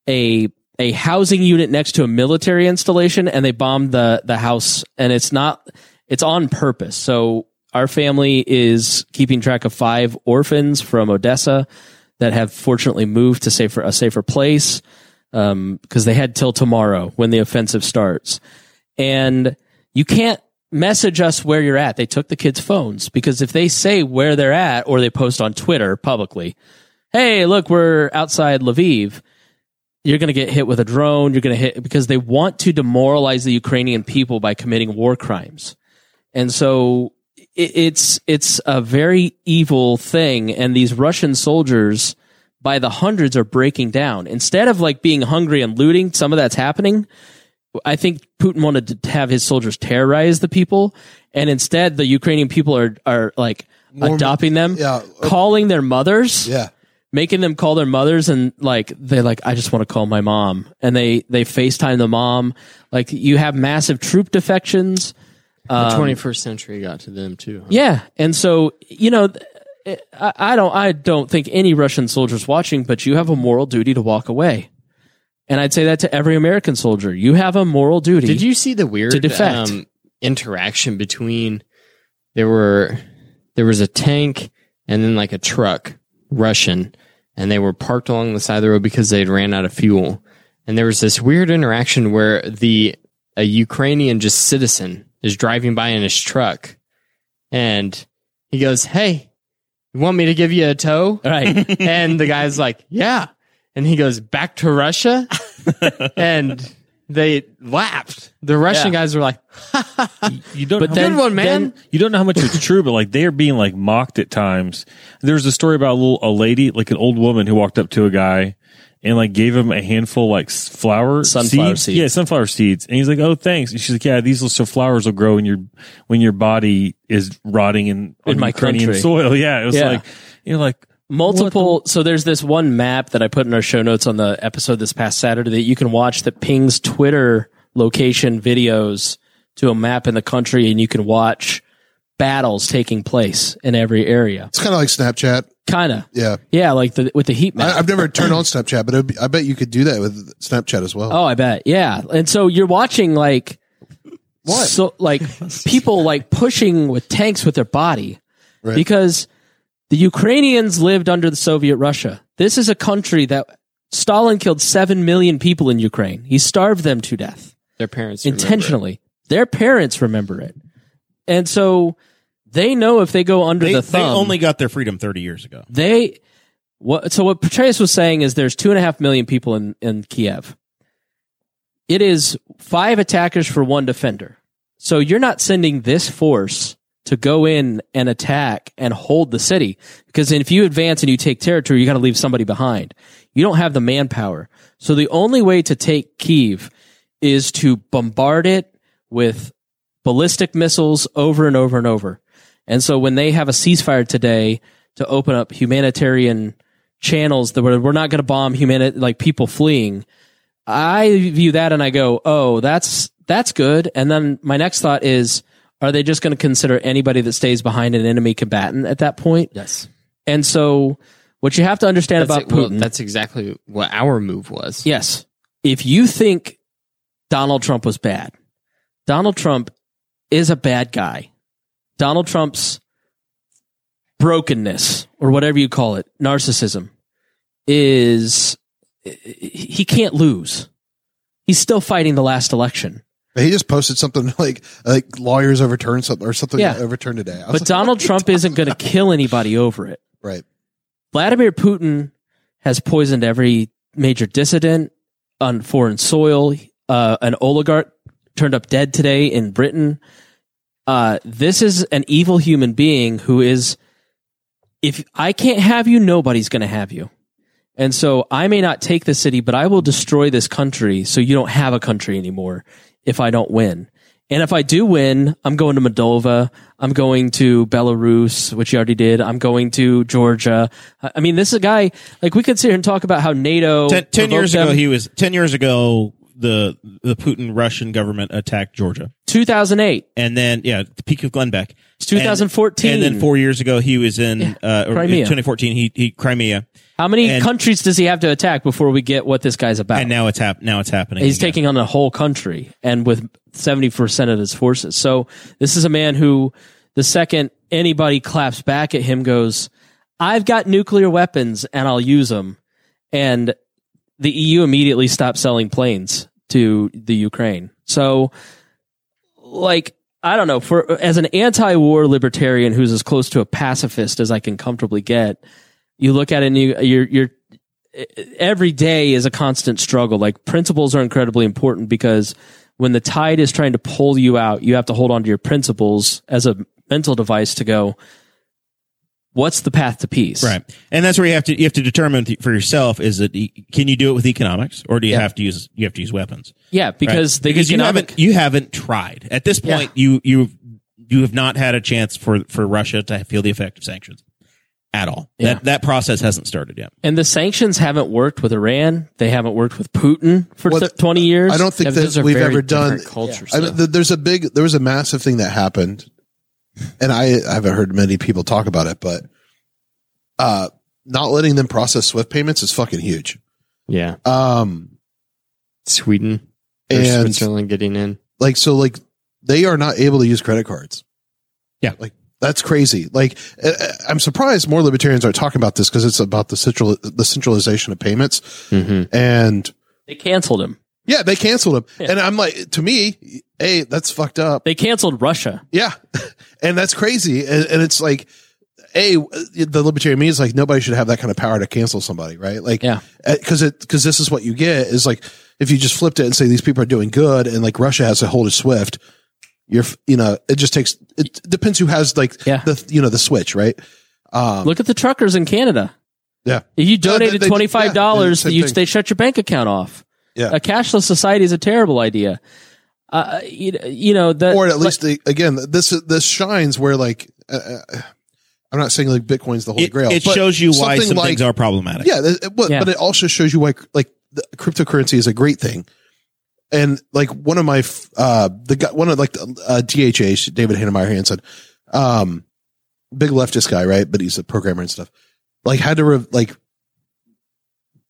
a a housing unit next to a military installation, and they bombed the the house, and it's not it's on purpose. So our family is keeping track of five orphans from Odessa that have fortunately moved to safer a safer place because they had till tomorrow when the offensive starts and you can't message us where you're at. They took the kids' phones because if they say where they're at or they post on Twitter publicly, hey, look, we're outside Lviv, you're going to get hit with a drone. You're going to hit because they want to demoralize the Ukrainian people by committing war crimes. And so it, it's, it's a very evil thing. And these Russian soldiers by the hundreds are breaking down. Instead of like being hungry and looting, some of that's happening. I think Putin wanted to have his soldiers terrorize the people, and instead the Ukrainian people are are like adopting them,
yeah. uh,
calling their mothers,
Yeah.
making them call their mothers, and like they like I just want to call my mom, and they they Facetime the mom. Like you have massive troop defections. Um,
the 21st century got to them too. huh?
Yeah, and so you know, th- I, I don't, I don't think any Russian soldiers watching, but you have a moral duty to walk away, and I'd say that to every American soldier. You have a moral duty.
Did you see the weird um,
To defect.
interaction between there were there was a tank and then like a truck Russian and they were parked along the side of the road because they'd ran out of fuel and there was this weird interaction where the a Ukrainian just citizen is driving by in his truck and he goes hey you want me to give you a tow
Right.
and the guy's like, "Yeah," and he goes back to Russia, and they laughed. The Russian guys were like,
You don't
But
know how
then-
much-
"Good one, man."
you don't know how much it's true, but like they're being like mocked at times. There's a story about a little a lady, like an old woman, who walked up to a guy and like gave him a handful like s- flower
Sunflower seeds.
yeah, sunflower seeds, and he's like, "Oh, thanks." And she's like, "Yeah, these little flowers will grow in your when your body is rotting in,
In
on
my
Ukrainian
country.
soil." Yeah, it was
Yeah.
like you're like
multiple so there's this one map that i put in our show notes on the episode this past saturday that you can watch that pings twitter location videos to a map in the country and you can watch battles taking place in every area
It's kind of like Snapchat.
kind of.
Yeah.
Yeah, like the with the heat map.
I, I've never turned on Snapchat, but it'd be, I bet you could do that with Snapchat as well.
Oh, I bet. Yeah. And so you're watching like what? So like people like pushing with tanks with their body because the Ukrainians lived under the Soviet Russia. This is a country that Stalin killed 7 million people in Ukraine. He starved them to death
Their parents remember it.
intentionally. Their parents remember it. And so they know if they go under
They,
the
they
thumb
only got their freedom 30 years ago.
they what so what Petraeus was saying is there's two and a half million people in, in Kiev. It is five attackers for one defender. So you're not sending this force to go in and attack and hold the city because if you advance and you take territory, you got to leave somebody behind. You don't have the manpower. So the only way to take Kiev is to bombard it with ballistic missiles over and over and over. And so when they have a ceasefire today to open up humanitarian channels that we're, we're not going to bomb humani- like people fleeing, I view that and I go, oh, that's that's good. And then my next thought is, are they just going to consider anybody that stays behind an enemy combatant at that point?
Yes.
And so what you have to understand
That's,
about
it. Well,
Putin,
that's exactly what our move was.
yes, if you think Donald Trump was bad, Donald Trump is a bad guy. Donald Trump's brokenness or whatever you call it, narcissism is he can't lose. He's still fighting the last election.
He just posted something like like lawyers overturned something or something
Yeah.
overturned today. I
But
was like,
Donald Trump isn't going to kill anybody over it.
right.
Vladimir Putin has poisoned every major dissident on foreign soil. Uh, an oligarch turned up dead today in Britain. Uh, this is an evil human being who is, if I can't have you, nobody's going to have you. And so I may not take the city, but I will destroy this country so you don't have a country anymore if I don't win. And if I do win, I'm going to Moldova. I'm going to Belarus, which you already did. I'm going to Georgia. I I mean, this is a guy, like, we could sit here and talk about how NATO.
Ten, ten
provoked
years ago,
them.
he was, 10 years ago, the, the Putin Russian government attacked Georgia.
2008.
And then, yeah, the peak of Glenn Beck. It's
2014.
And, then four years ago, he was in, uh, or in
Crimea.
2014, he, he, Crimea.
How many
And-
countries does he have to attack before we get what this guy's about?
And now it's hap- now it's happening.
He's
again.
taking on a whole country and with 70% of his forces. So this is a man who the second anybody claps back at him goes, I've got nuclear weapons and I'll use them. And the EU immediately stopped selling planes to the Ukraine. So like, I don't know, for as an anti-war libertarian who's as close to a pacifist as I can comfortably get, you look at it and you, you're, you're, every day is a constant struggle. Like principles are incredibly important because when the tide is trying to pull you out, you have to hold on to your principles as a mental device to go, what's the path to peace?
Right, and that's where you have to you have to determine th- for yourself is that e- can you do it with economics or do you have to use you have to use weapons
Yeah.
Right?
Because the
because
economic,
you haven't you haven't tried at this point you you you have not had a chance for for Russia to feel the effect of sanctions at all.
Yeah.
That that process hasn't started yet.
and the sanctions haven't worked with Iran. They haven't worked with Putin for
What-
th- 20 years.
I don't think
Yeah, those
that
are
we've
very
ever done.
different cultures,
I,
though.
th- there's a big, there was a massive thing that happened, and I, I haven't heard many people talk about it, but uh, not letting them process Swift payments is fucking huge.
Yeah.
Um,
Sweden or
and
Switzerland getting in.
like so like they are not able to use credit cards
Yeah.
like that's crazy like I- I- i'm surprised more libertarians aren't talking about this because it's about the central the centralization of payments Mm-hmm.
Mhm.
and
they canceled him.
yeah they canceled them and i'm like to me hey that's fucked up
They canceled Russia.
yeah and that's crazy and, and it's like a the libertarian me is like nobody should have that kind of power to cancel somebody right like
Yeah.
because it because this is what you get is like if you just flipped it and say these people are doing good and like Russia has a hold of Swift, you're f- you know it just takes it depends who has like
Yeah.
the you know the switch right um,
Look at the truckers in Canada.
yeah
If you
No, they-
donated
they-
twenty five dollars,
yeah, they-
you
same thing.
they shut your bank account off.
Yeah.
a cashless society is a terrible idea. Uh, you, you know that,
or at least they, again this this shines where like uh, uh, I'm not saying like Bitcoin's the holy
It,
grail
it
but
shows you why
something
some
like-
things are problematic.
Yeah, th- it- but,
Yeah.
but it also shows you why like the cryptocurrency is a great thing. And like one of my f- uh the guy, one of like the, uh, DHH David Hannemeyer Hansen, um, big leftist guy, right? But he's a programmer and stuff. like had to re- like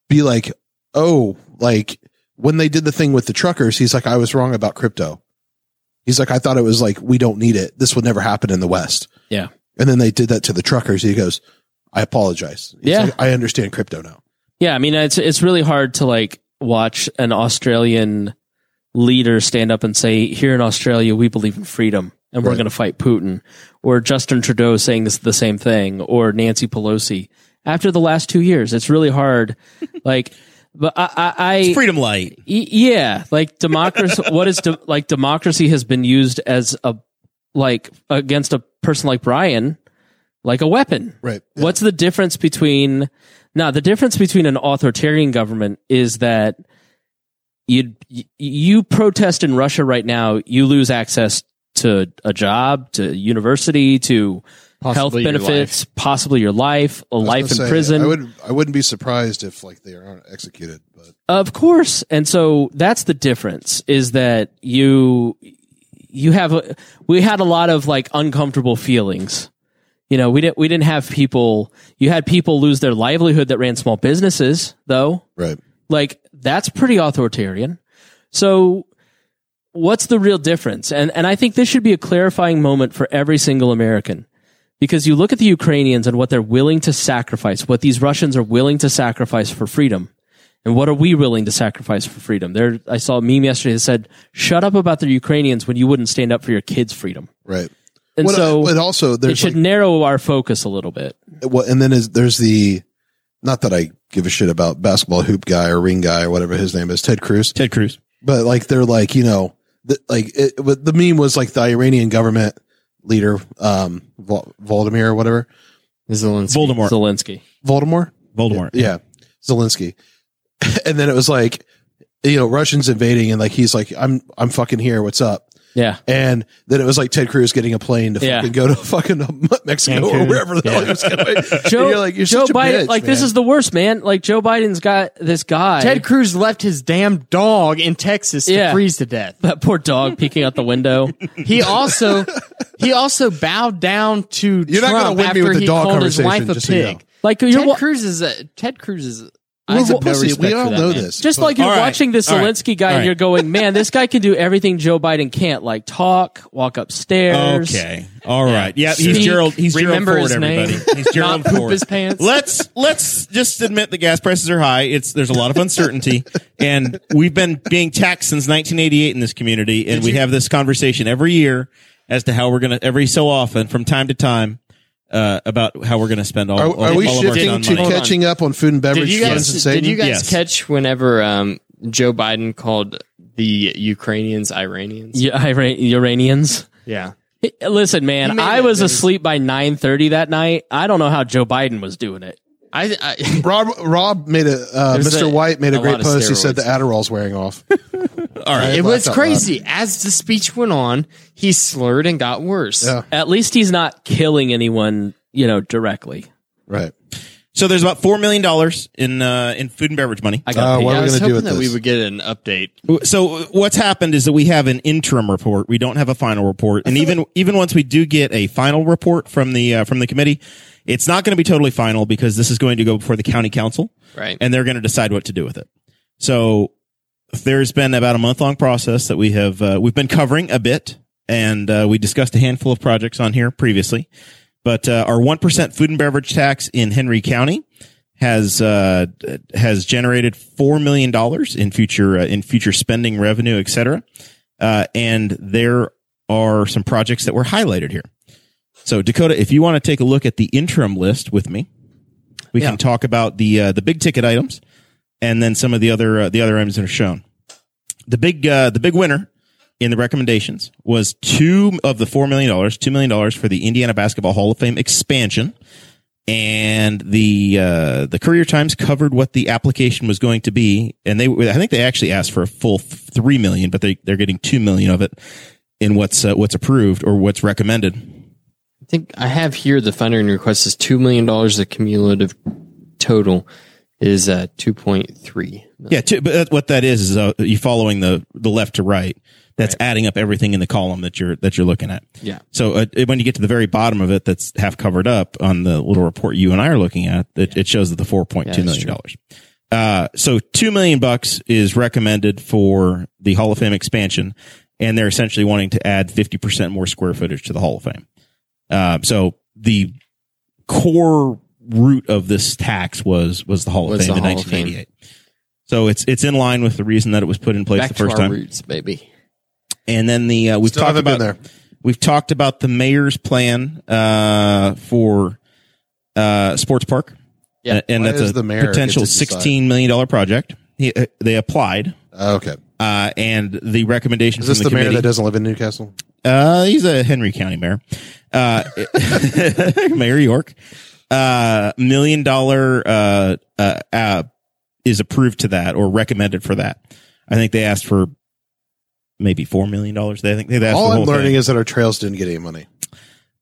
be like, oh, like when they did the thing with the truckers, he's like, I was wrong about crypto. He's like, I thought it was like we don't need it. This would never happen in the West.
Yeah.
And then they did that to the truckers. He goes, I apologize. He's
Yeah.
like, I understand crypto now.
Yeah, I mean it's it's really hard to like watch an Australian leader stand up and say, "Here in Australia, we believe in freedom and we're
Right.
going to fight Putin," or Justin Trudeau saying this, the same thing, or Nancy Pelosi. After the last two years, it's really hard. like, but I, I, I
Freedom light.
Y- E, yeah like democracy what is de- like democracy has been used as a like against a person like brian like a weapon
Right.
what's the difference between now the difference between an authoritarian government is that you you protest in russia right now you lose access to a job to university to
Possibly your
health benefits possibly your life a life in
Say,
prison
I would I wouldn't be surprised if like they are executed, but
Of course. And so that's the difference is that you, you have, a, we had a lot of like uncomfortable feelings. You know, we didn't, we didn't have people, you had people lose their livelihood that ran small businesses though.
right.
Like that's pretty authoritarian. So what's the real difference? And and I think this should be a clarifying moment for every single American. Because you look at the Ukrainians and what they're willing to sacrifice, what these Russians are willing to sacrifice for freedom. And what are we willing to sacrifice for freedom? There I saw a meme yesterday that said, "Shut up about the Ukrainians when you wouldn't stand up for your kids' freedom."
Right.
And
Well,
so
and also
it
there's
should narrow our focus a little bit.
well, and then is, there's the not that I give a shit about basketball hoop guy or ring guy or whatever his name is, Ted Cruz.
Ted Cruz.
But like they're like you know the, like it, but the meme was like the Iranian government leader, um, Vol- Voldemir or whatever,
Zelensky.
Voldemort.
Zelensky.
Voldemort.
Voldemort.
Yeah, Zelensky. and then it was like you know Russians invading and like he's like I'm I'm fucking here. What's up?
Yeah.
And then it was like Ted Cruz getting a plane to
Yeah.
fucking go to fucking Mexico or
Cancun.
wherever the hell he was going. And
Joe,
you're like, you're
Joe
such a
Biden,
bitch,
like this
man.
is the worst, man. Like Joe Biden's got this guy,
Ted Cruz left his damn dog in Texas to
Yeah.
freeze to death.
that poor dog peeking out the window.
He also he also bowed down to
You're not
Trump
gonna win me
after
with the
he
dog
called his
conversation,
wife a
just so you
pig.
Like you're
Ted
wa-
Cruz is a Ted Cruz is. I
Well,
have
the
no
pussy,
respect
we
for
all
that
know
man.
this.
just
but-
like you're
All right.
watching this
All right.
Zelensky guy,
All
and
right.
you're going, man, this guy can do everything Joe Biden can't, like talk, walk upstairs.
Okay. All right. Yeah, he's
Speak.
Gerald. He's
Remember
Gerald
his
Ford.
name.
Everybody. He's Gerald
Not poop
Ford.
his pants.
Let's let's just admit the gas prices are high. It's there's a lot of uncertainty, and we've been being taxed since 1988 in this community, and we have this conversation every year as to how we're gonna every so often from time to time uh, about how we're gonna spend all.
Are,
all,
are we
all of our
shifting
non
to
money.
catching up on food and beverage
Did you
funds and
guys did
savings?
you guys
Yes.
catch whenever um, Joe Biden called the Ukrainians Iranians?
Yeah, Iran- Uranians.
Yeah.
Hey, Listen, man,
made
I
that
was
move.
asleep by 9:30 that night. I don't know how Joe Biden was doing it.
I, I
Rob Rob made a uh,
There's
Mr.
a-
White made a,
a
great
lot of
post. He said the
steroids.
Adderall's wearing off.
All right.
laughed
it was
out
crazy. As the speech went on, he slurred and got worse.
Yeah.
At least he's not killing anyone, you know, directly.
right.
So there's about four million dollars in uh, in food and beverage money.
I got
Uh, what
I
are we
was
going to do
hoping
with
that we
this?
would get an update.
So uh, what's happened is that we have an interim report. We don't have a final report, and even even once we do get a final report from the uh, from the committee, it's not going to be totally final because this is going to go before the county council,
Right.
and they're going to decide what to do with it. So there's been about a month long process that we have uh, we've been covering a bit, and uh, we discussed a handful of projects on here previously. But uh, our one percent food and beverage tax in Henry County has uh, has generated four million dollars in future uh, in future spending revenue, et cetera. Uh, and there are some projects that were highlighted here. So Dakota, if you want to take a look at the interim list with me, we can talk about the uh, the big ticket items and then some of the other uh, the other items that are shown. The big uh, the big winner in the recommendations was two of the four million dollars, two million dollars for the Indiana Basketball Hall of Fame expansion, and the uh, the Courier Times covered what the application was going to be, and they I think they actually asked for a full three million, but they they're getting two million of it in what's uh, what's approved or what's recommended.
I think I have here the funding request is two million dollars the cumulative total, is uh, 2.3.
Yeah, two, but that, what that is is uh, you following the the left to right. That's adding up everything in the column that you're that you're looking at.
Yeah.
So uh, when you get to the very bottom of it, that's half covered up on the little report you and I are looking at. It, it shows that the four point two
that's
million dollars. Uh, so two million bucks is recommended for the Hall of Fame expansion, and they're essentially wanting to add fifty percent more square footage to the Hall of Fame. Uh, so the core root of this tax was was the Hall of
Was
Fame
the
in
Hall of Fame.
1988. So it's it's in line with the reason that it was put in place
Back
the
to
first
our
time.
roots, baby.
And then the uh, we've
Still
talked
haven't
about
been there.
we've talked about the mayor's plan uh, for uh, sports park.
Yeah.
and, and
Why
that's
does
a
the mayor
potential
get to decide?
sixteen million dollar project. He, uh, they applied,
Uh, okay.
uh, and the recommendation
Is this
from
the,
the,
mayor
committee.
that doesn't live in Newcastle?
Uh, he's a Henry County mayor. Uh, mayor York. Uh, million dollar, uh, uh, uh, is approved to that or recommended for that. I think they asked for maybe $4 million. They I think they asked
All
for the
I'm
whole
learning
thing.
is that our trails didn't get any money.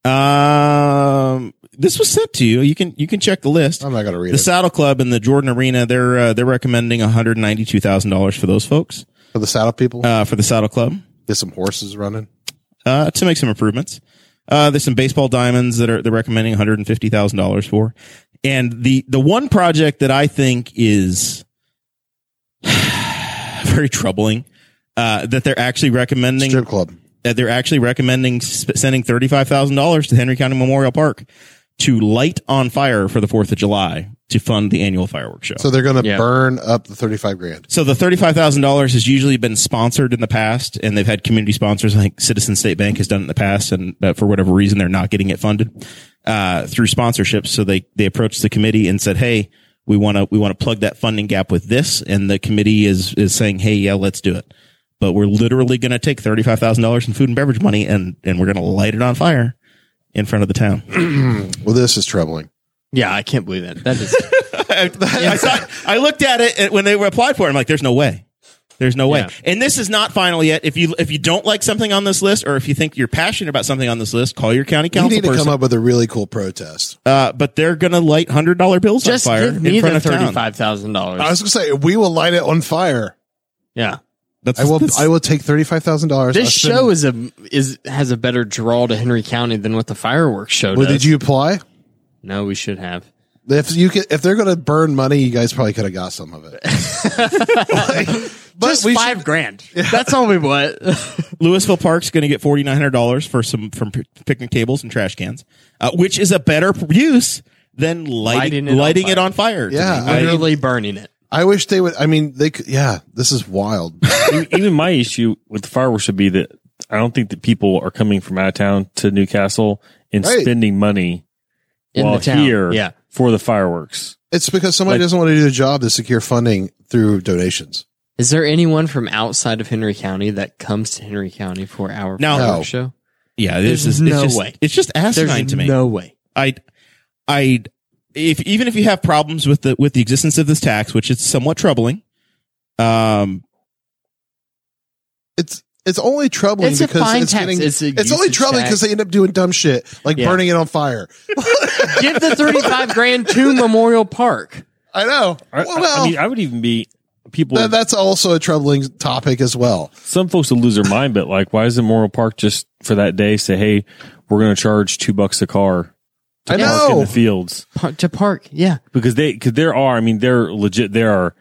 um, this was sent to you. You can, you can check the list.
I'm not going to read
The
it
Saddle Club and the Jordan Arena, they're, uh, they're recommending $192,000 for those folks,
for the saddle people.
uh, for the Saddle Club.
There's some horses running.
uh, to make some improvements. Uh, there's some baseball diamonds that are they're recommending $150,000 for. And the the one project that I think is very troubling uh, that they're actually recommending
Strip club.
that they're actually recommending sp- sending $35,000 to Henry County Memorial Park to light on fire for the 4th of July to fund the annual fireworks show.
So they're going to
Yeah.
burn up the 35 grand.
So the thirty-five thousand dollars has usually been sponsored in the past, and they've had community sponsors. I think Citizen State Bank has done it in the past, and uh, for whatever reason, they're not getting it funded uh, through sponsorships. So they they approached the committee and said, "Hey, we want to we want to plug that funding gap with this," and the committee is is saying, "Hey, yeah, let's do it." But we're literally going to take thirty-five thousand dollars in food and beverage money, and and we're going to light it on fire in front of the town.
Well, this is troubling.
Yeah, I can't believe that. That is
I, thought, I looked at it and when they were applied for it. I'm like, there's no way. There's no way.
Yeah.
And this is not final yet. If you if you don't like something on this list, or if you think you're passionate about something on this list, call your county
You
council
need to come
person.
up with a really cool protest.
Uh, but they're gonna light hundred dollar bills
just
on fire
give me
in front
the
of town.
thirty-five thousand
I
dollars.
was going to say we will light it on fire.
Yeah,
That's,
I will.
that's-
I will take thirty-five thousand dollars.
this show is a is has a better draw to Henry County than what the fireworks show
Well,
does.
did you apply?
No, we should have.
If you could, if they're going to burn money, you guys probably could have got some of it. Like, but
Just
we
five grand. That's all we want.
Louisville Park's gonna get forty nine hundred dollars for some from p- picnic tables and trash cans, uh, which is a better use than lighting
Lighting it
lighting,
on
it on fire. to
Yeah,
me. I-
Literally burning it.
should- I wish they would. I mean, they could. Yeah, this is wild.
Even- Even my issue with the fireworks would be that I don't think that people are coming from out of town to Newcastle and
Right.
spending money
In
while
the town.
here
Yeah.
for the fireworks.
It's because somebody
Like-
doesn't want to do the job to secure funding through donations.
Is there anyone from outside of Henry County that comes to Henry County for our
No.
fireworks show?
yeah, this
There's
is
no
it's just,
way.
It's just asinine to me.
no way.
I, I, if even if you have problems with the with the existence of this tax, which is somewhat troubling, um,
It's it's only troubling
It's a
because
fine
it's
tax.
getting.
It's
It's,
a
only
usage
troubling
tax.
because they end up doing dumb shit like
Yeah.
burning it on fire.
Give the thirty-five grand to Memorial Park.
I know.
I,
well,
I, I mean, I would even be people.
that- that's also a troubling topic as well.
some folks will lose their mind, but like, why is the Memorial Park just for that day say, "Hey, we're going to charge two bucks a car to
I
park in
know.
the fields"?
Par- to park, yeah.
Because they, because there are, I mean, there legit, there are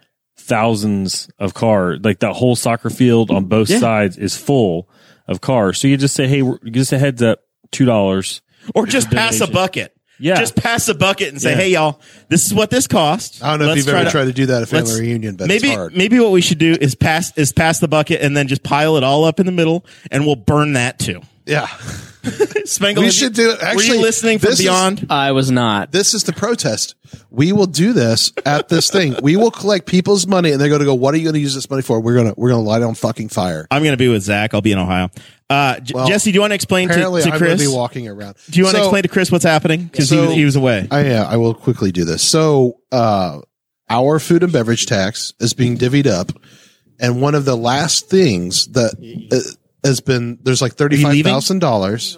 thousands of cars. Like that whole soccer field on both
Yeah.
sides is full of cars. So you just say, "Hey, we're, just a heads up, two dollars."
or just pass a
donation.
bucket.
Yeah.
just pass a bucket and say,
Yeah.
"Hey, y'all, this is what this cost."
I don't know
Let's
if you've ever
try
tried to do that at a family
let's-
reunion, but
maybe
it's hard.
maybe what we should do is pass is pass the bucket and then just pile it all up in the middle, and we'll burn that too.
yeah,
Spangle,
We
have
should
you-
do it.
were
Actually,
you listening from
this is-
beyond?
I was not.
this is the protest. We will do this at this thing. We will collect people's money, and they're going to go. What are you going to use this money for? We're gonna we're gonna light it on fucking fire.
I'm going to be with Zach. I'll be in Ohio. Uh, J-
Well,
Jesse, do you want to explain to,
Apparently,
to
I'm going
Chris?
to be
Do
walking around.
you want to
So-
explain to Chris what's happening because
So-
he, was away?
I yeah, I will quickly do this. So, uh, our food and beverage tax is being divvied up, and one of the last things that uh, has been there's like thirty
you
five
leaving?
thousand dollars,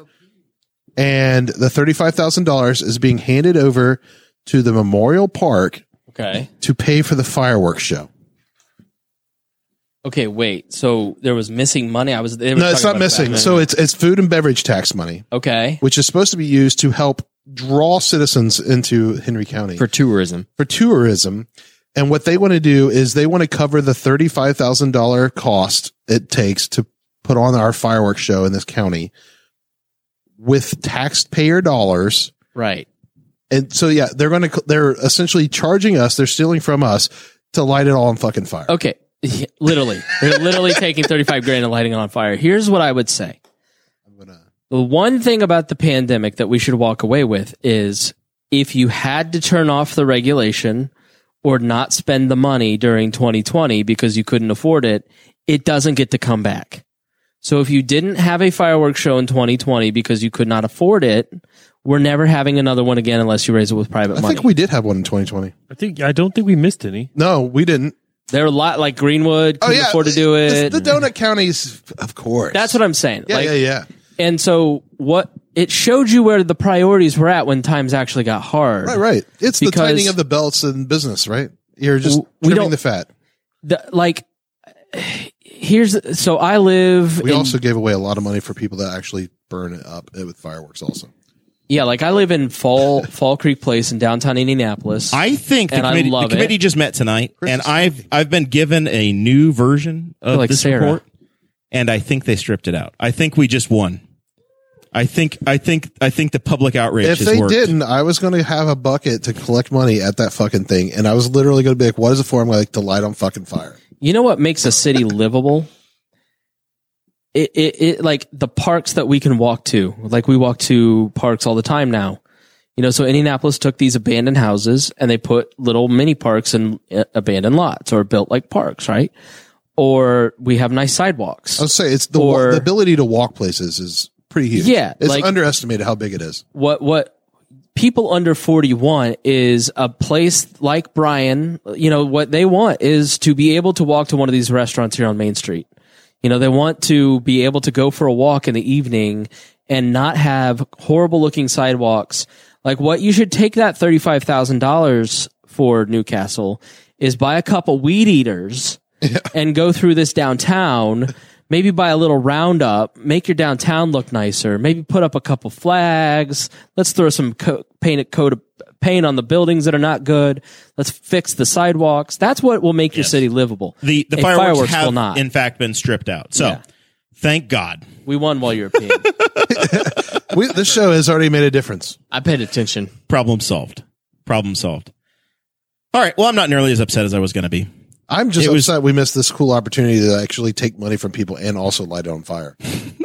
and the thirty five thousand dollars is being handed over to the memorial park
Okay.
to pay for the fireworks show.
Okay, wait. So there was missing money. I was. they were
No, it's
talking about
not missing.
that.
So it's it's food and beverage tax money,
okay.
which is supposed to be used to help draw citizens into Henry County
for tourism.
for tourism. And what they want to do is they want to cover the $35,000 cost it takes to put on our fireworks show in this county with taxpayer dollars.
Right.
And so, yeah, they're going to, they're essentially charging us, they're stealing from us to light it all on fucking fire.
Okay. Yeah, literally, they're literally taking thirty-five grand and lighting it on fire. Here's what I would say.
I'm gonna,
The one thing about the pandemic that we should walk away with is if you had to turn off the regulation or not spend the money during 2020 because you couldn't afford it, it doesn't get to come back. So if you didn't have a fireworks show in 2020 because you could not afford it, we're never having another one again unless you raise it with private
I
money.
think we did have one in 2020.
I think I don't think we missed any.
No, we didn't. Oh,
there are a lot like Greenwood couldn't afford to do
It's
it.
The donut counties, of course.
That's what I'm saying.
Yeah,
like,
yeah, yeah.
And so what it showed you where the priorities were at when times actually got hard.
Right, right. It's the
Because-
tightening of the belts in business, right? You're just
W- we
trimming
don't-
the fat.
the, like here's so I live
We
in,
also gave away a lot of money for people that actually burn it up with fireworks. Also,
yeah like I live in Fall Fall Creek Place in downtown Indianapolis.
I think the
And I
committee, the
love it.
committee just met tonight, and I've I've been given a new version of
like
this
Sarah.
report, and I think they stripped it out. I think we just won. I think I think I think the public outrage
if
has
they
worked.
didn't, I was going to have a bucket to collect money at that fucking thing, and I was literally going to be like, "What is it for?" I'm like, "To light on fucking fire."
you know what makes a city livable? It, it it like the parks that we can walk to. Like we walk to parks all the time now. You know, so Indianapolis took these abandoned houses and they put little mini parks in uh, abandoned lots or built like parks, right? Or we have nice sidewalks.
I would say it's the,
Or-
the ability to walk places is pretty huge.
Yeah,
it's
like-
underestimated how big it is.
what what people under 41 is a place like Brian, you know, what they want is to be able to walk to one of these restaurants here on Main Street. You know, they want to be able to go for a walk in the evening and not have horrible looking sidewalks. Like what you should take that $35,000 for Newcastle is buy a couple weed eaters and go through this downtown. Maybe buy a little roundup, make your downtown look nicer. Maybe put up a couple flags. Let's throw some co- painted coat of paint on the buildings that are not good. Let's fix the sidewalks. That's what will make your city livable.
the the
And
fireworks,
will
have
not.
in fact been stripped out. So thank God.
we won while you were peeing.
We, this show has already made a difference.
I paid attention.
Problem solved. Problem solved. All right. Well, I'm not nearly as upset as I was going to be.
I'm just
It was-
upset we missed this cool opportunity to actually take money from people and also light it on fire,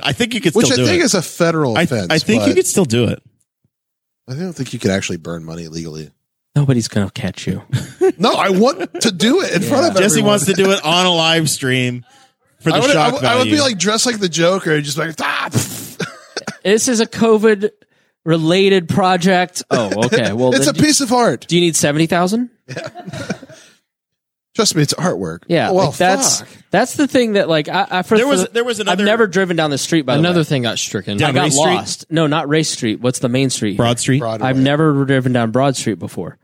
I think you could still
which I
do
think
it.
is a federal
I,
offense.
I think you
but
could still do it.
I don't think you could actually burn money legally.
Nobody's gonna catch you.
No, I want to do it in front of
Jesse
everyone.
wants to do it on a live stream for the
I would, I
shock
would- I
value.
would be like dressed like the Joker and just like ah, pff."
This is a COVID related project. Oh, okay. Well,
it's a
then do,
piece of art.
do you need seventy thousand?
Trust me, it's artwork.
Yeah,
Oh, well,
like, that's
fuck.
that's the thing that like I, I for,
There was-
for-
there was another-
I've never driven down the street by the
Another
way.
thing got stricken.
Down
I got
Race Street?
lost. No, not Race Street. What's the main street? here?
Broad Street.
Broadway.
I've never driven down Broad Street before,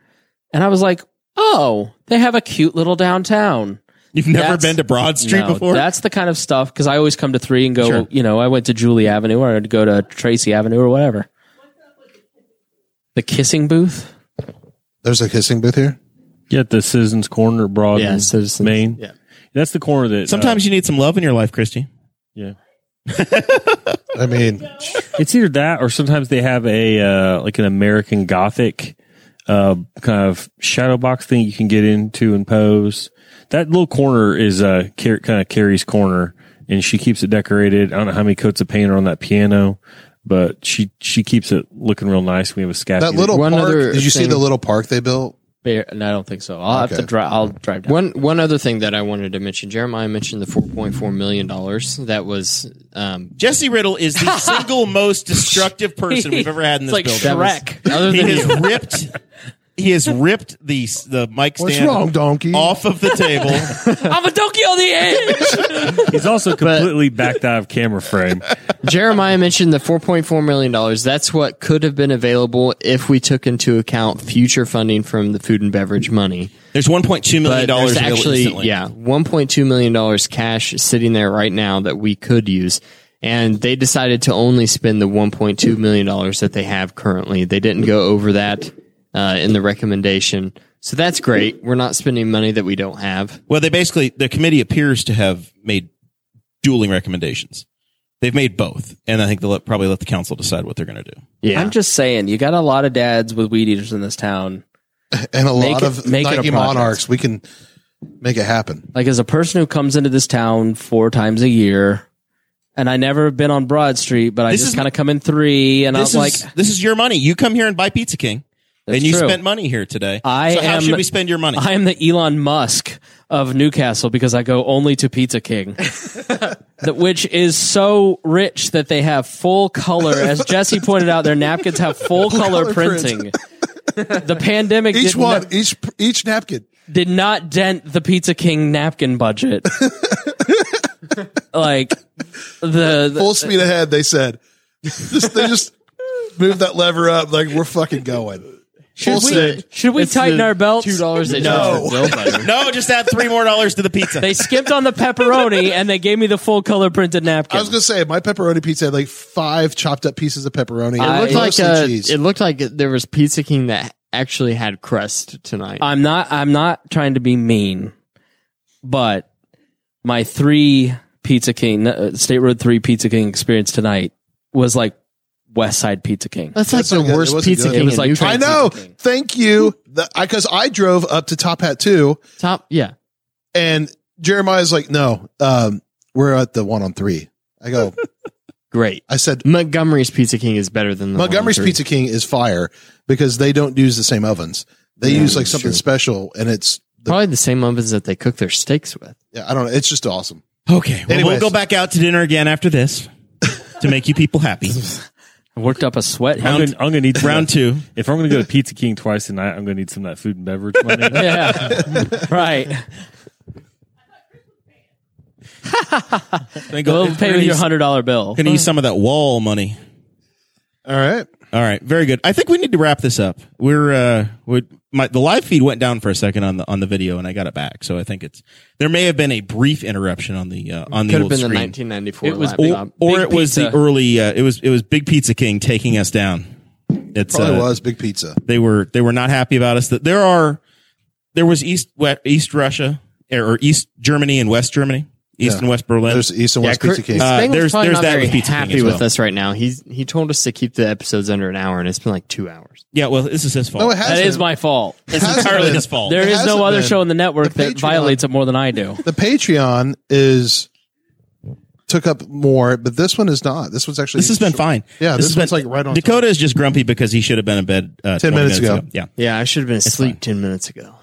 and I was like, oh, they have a cute little downtown.
You've never
That's-
been to Broad Street
No,
before?
That's the kind of stuff because I always come to three and go.
Sure.
You know, I went to Julie Avenue or I'd go to Tracy Avenue or whatever. The kissing booth.
There's a kissing booth here.
Yeah, the Citizens Corner, Broad,
Yeah,
and
Citizens.
Maine.
Yeah.
that's the corner that uh,
Sometimes you need some love in your life, Christy.
yeah,
I mean,
it's either that or sometimes they have a uh, like an American Gothic uh, kind of shadow box thing you can get into and pose. That little corner is uh, car- kind of Carrie's corner, and she keeps it decorated. I don't know how many coats of paint are on that piano, but she she keeps it looking real nice. We have a
that
scaffold.
little
One
park.
other
Did you see
thing-
the little park they built?
Bear, no, I don't think so. I'll have
Okay.
to drive. I'll drive down.
One one other thing that I wanted to mention, Jeremiah mentioned the four point four million dollars that was um,
Jesse Riddle is the single most destructive person we've ever had in
It's
this
like
building.
Shrek.
other
He
than
has ripped he has ripped the the mic stand
What's wrong, donkey?
off of the table.
I'm a donkey on the edge.
He's also completely backed out of camera frame.
Jeremiah mentioned the $4.4 million. That's what could have been available if we took into account future funding from the food and beverage money.
There's 1.2 million
But
dollars
there's
available
actually,
instantly.
yeah, $1.2 million cash sitting there right now that we could use. And they decided to only spend the $1.2 million that they have currently. They didn't go over that uh, in the recommendation. So that's great. We're not spending money that we don't have.
Well, they basically the committee appears to have made dueling recommendations. They've made both, and I think they'll let, probably let the council decide what they're going to do.
Yeah.
I'm just saying, you got a lot of dads with weed eaters in this town.
and a
Make
lot
it-
of
make it a
Nike
project.
Monarchs. We can make it happen.
Like, as a person who comes into this town four times a year, and I never have been on Broad Street, but I
This
just
is-
kind of come in three, and I'm
This is
like,
this is your money. You come here and buy Pizza King,
That's
and you
true.
spent money here today.
I
so how
am-
should we spend your money?
I am the Elon Musk of Newcastle because I go only to Pizza King, That- which is so rich that they have full color. As Jesse pointed out, their napkins have full color printing. The pandemic
Each
did,
one,
Not,
each each napkin.
did not dent the Pizza King napkin budget. like the, the-
Full speed ahead. They said. Just, they just moved that lever up. Like we're fucking going. Full
should we,
speed.
should we
It's
tighten
the
our belts?
Two dollars they
No.
charge for Bill Butter.
no, just add three more dollars to the pizza.
They skipped on the pepperoni and they gave me the full color printed napkin.
I was gonna say my pepperoni pizza had like five chopped up pieces of pepperoni.
It looked like
Mostly
uh,
cheese.
it looked like there was Pizza King that actually had crust tonight.
I'm not I'm not trying to be mean, but my three Pizza King uh, State Road Three Pizza King experience tonight was like West Side Pizza King.
that's like
That's
the
not good. It
worst
wasn't
Pizza
good.
King.
It was
in
like
Newcastle.
I know. Thank you. Because I, drove up to Top Hat too,
Top, yeah.
and Jeremiah's like, "No, um, we're at the one on three. I go.
Great.
I said
Montgomery's Pizza King is better than the
Montgomery's
Holland
Pizza King is fire because they don't use the same ovens. They use like something special, and it's
Three. Probably the same ovens that they cook their steaks with.
yeah, I don't know. It's just awesome.
okay, well, we'll
Anyways.
go back out to dinner again after this to make you people happy.
I worked up a sweat.
I'm
Hound.
gonna, I'm gonna need some
Round
of that-
two.
If I'm gonna go to Pizza King twice tonight, I'm gonna need some of that food and beverage
Uh,
money.
Yeah, right.
Then go-
Go pay with your hundred dollar bill.
Gonna use some of that wall money.
All right,
All right, very good. I think we need to wrap this up. We're uh, we my the live feed went down for a second on the on the video, and I got it back. So I think it's there may have been a brief interruption on the uh, on the
Could have
old
been the
screen,
1994
It was
laptop.
or
Big
it was the
Pizza.
early. Uh, it was it was Big Pizza King taking us down. It's
probably
uh,
was big pizza.
they were they were not happy about us. That there are there was East West, East Russia er, or East Germany and West Germany, East
Yeah.
and West Berlin.
There's East and West
Kurt-
Pizza King.
Uh,
Spangling's
there's-
probably
there's
not
that
very
with Pizza King
happy
as
with
well.
us right now. He's he told us to keep the episodes under an hour, and it's been like two hours.
yeah, well, this is his fault.
no, it
That
hasn't.
is my fault.
it's entirely his fault.
There
It
is
hasn't
no other
been.
show on the network
The
that
Patreon.
violates it more than I do.
the Patreon is took up more, but this one is not. This one's actually
this has been fine.
Yeah, this
has
one's like right on
Dakota is just grumpy because he should have been in bed uh,
10
20
minutes ago.
Yeah,
Yeah, I should have been asleep ten minutes ago.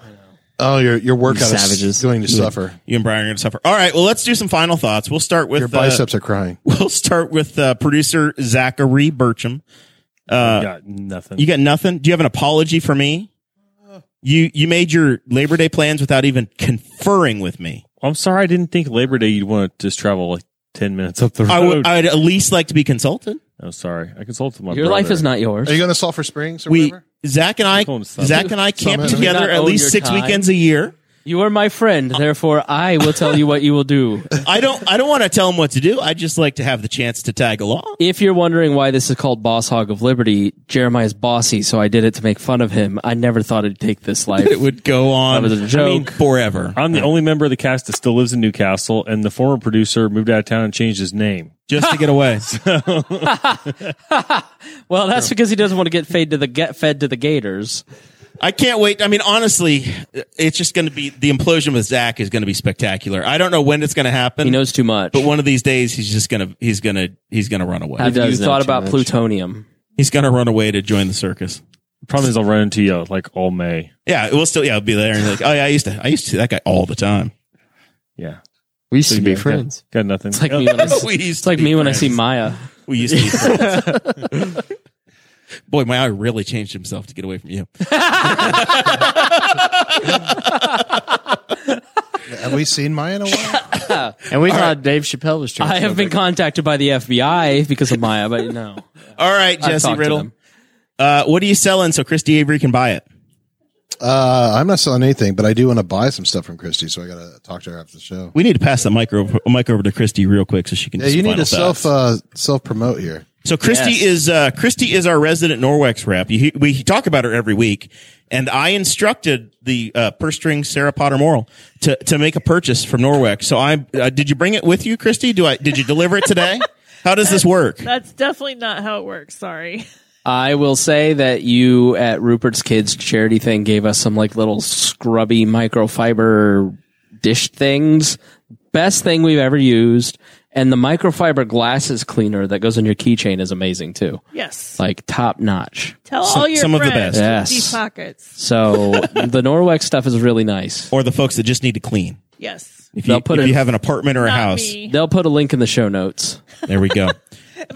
Oh, your your workout
Savages.
is going to suffer.
you and Brian are going to suffer. All right, well, let's do some final thoughts. We'll start with
Your
uh,
biceps are crying.
We'll start with uh, producer Zachary Burcham.
got nothing.
You got nothing. Do you have an apology for me? You you made your Labor Day plans without even conferring with me.
I'm sorry, I didn't think Labor Day you'd want to just travel like ten minutes up the road.
I would I'd at least like to be consulted.
I'm sorry. I consulted my.
Your life
brother.
is not yours.
Are you going to Sulphur Springs or
We
whatever?
Zach and I
Call him something.
Zach and I camp
Something.
together
Do not
at
own
least
your
six
time.
weekends a year.
You are my friend, therefore I will tell you what you will do.
I don't I don't want to tell him what to do. I just like to have the chance to tag along.
If you're wondering why this is called Boss Hog of Liberty, Jeremiah's bossy, so I did it to make fun of him. I never thought it'd take this life.
It would go on
That was a
I mean,
joke.
forever.
I'm the only member of the cast that still lives in Newcastle, and the former producer moved out of town and changed his name.
just to get away.
well, that's because he doesn't want to get fed to the get fed to the Gators.
I can't wait. I mean, honestly, it's just going to be the implosion with Zach is going to be spectacular. I don't know when it's going to happen.
He knows too much.
but one of these days he's just going to he's going to he's going to run away.
Have you
does know
thought
too
about
much.
plutonium?
He's going to run away to join the circus.
The problem is, I'll run into you like all May.
Yeah, we'll still yeah, it'll be there and like, "Oh yeah, I used to I used to see that guy all the time."
Yeah,
We used to be
Yeah, got-
friends.
Got, nothing.
It's like me when I,
We used
it's like me when I see Maya.
we used to be friends. Boy, my eye really changed himself to get away from you.
Have we seen my in a while?
And we thought Dave Chappelle was trying.
I have been contacted by the FBI because of Maya, but no.
All right, Jesse
talked to
Riddle.
them.
Uh, what are you selling so Christy Avery can buy it?
Uh, I'm not selling anything, but I do want to buy some stuff from Christy, so I got to talk to her after the show.
We need to pass the mic over, mic over to Christy real quick so she can.
Yeah,
do some
you need
final
to self
thoughts.
uh, self promote here.
So Christy
Yes.
is uh, Christy is our resident Norwex rep. You, we talk about her every week, and I instructed the uh, purse string Sarah Potter Morrill to to make a purchase from Norwex. So I uh, did you bring it with you, Christy? Do I did you deliver it today? How does this work?
That's definitely not how it works. Sorry.
I will say that you at Rupert's Kids charity thing gave us some like little scrubby microfiber dish things. Best thing we've ever used. And the microfiber glasses cleaner that goes on your keychain is amazing too.
Yes.
Like top notch.
Tell all your
some of the
friends
best.
Yes.
Deep pockets.
So the Norwex stuff is really nice.
Or the folks that just need to clean.
Yes.
If you,
They'll put
if
it-
you have an apartment or a
Not
house,
me.
They'll put a link in the show notes.
there we go.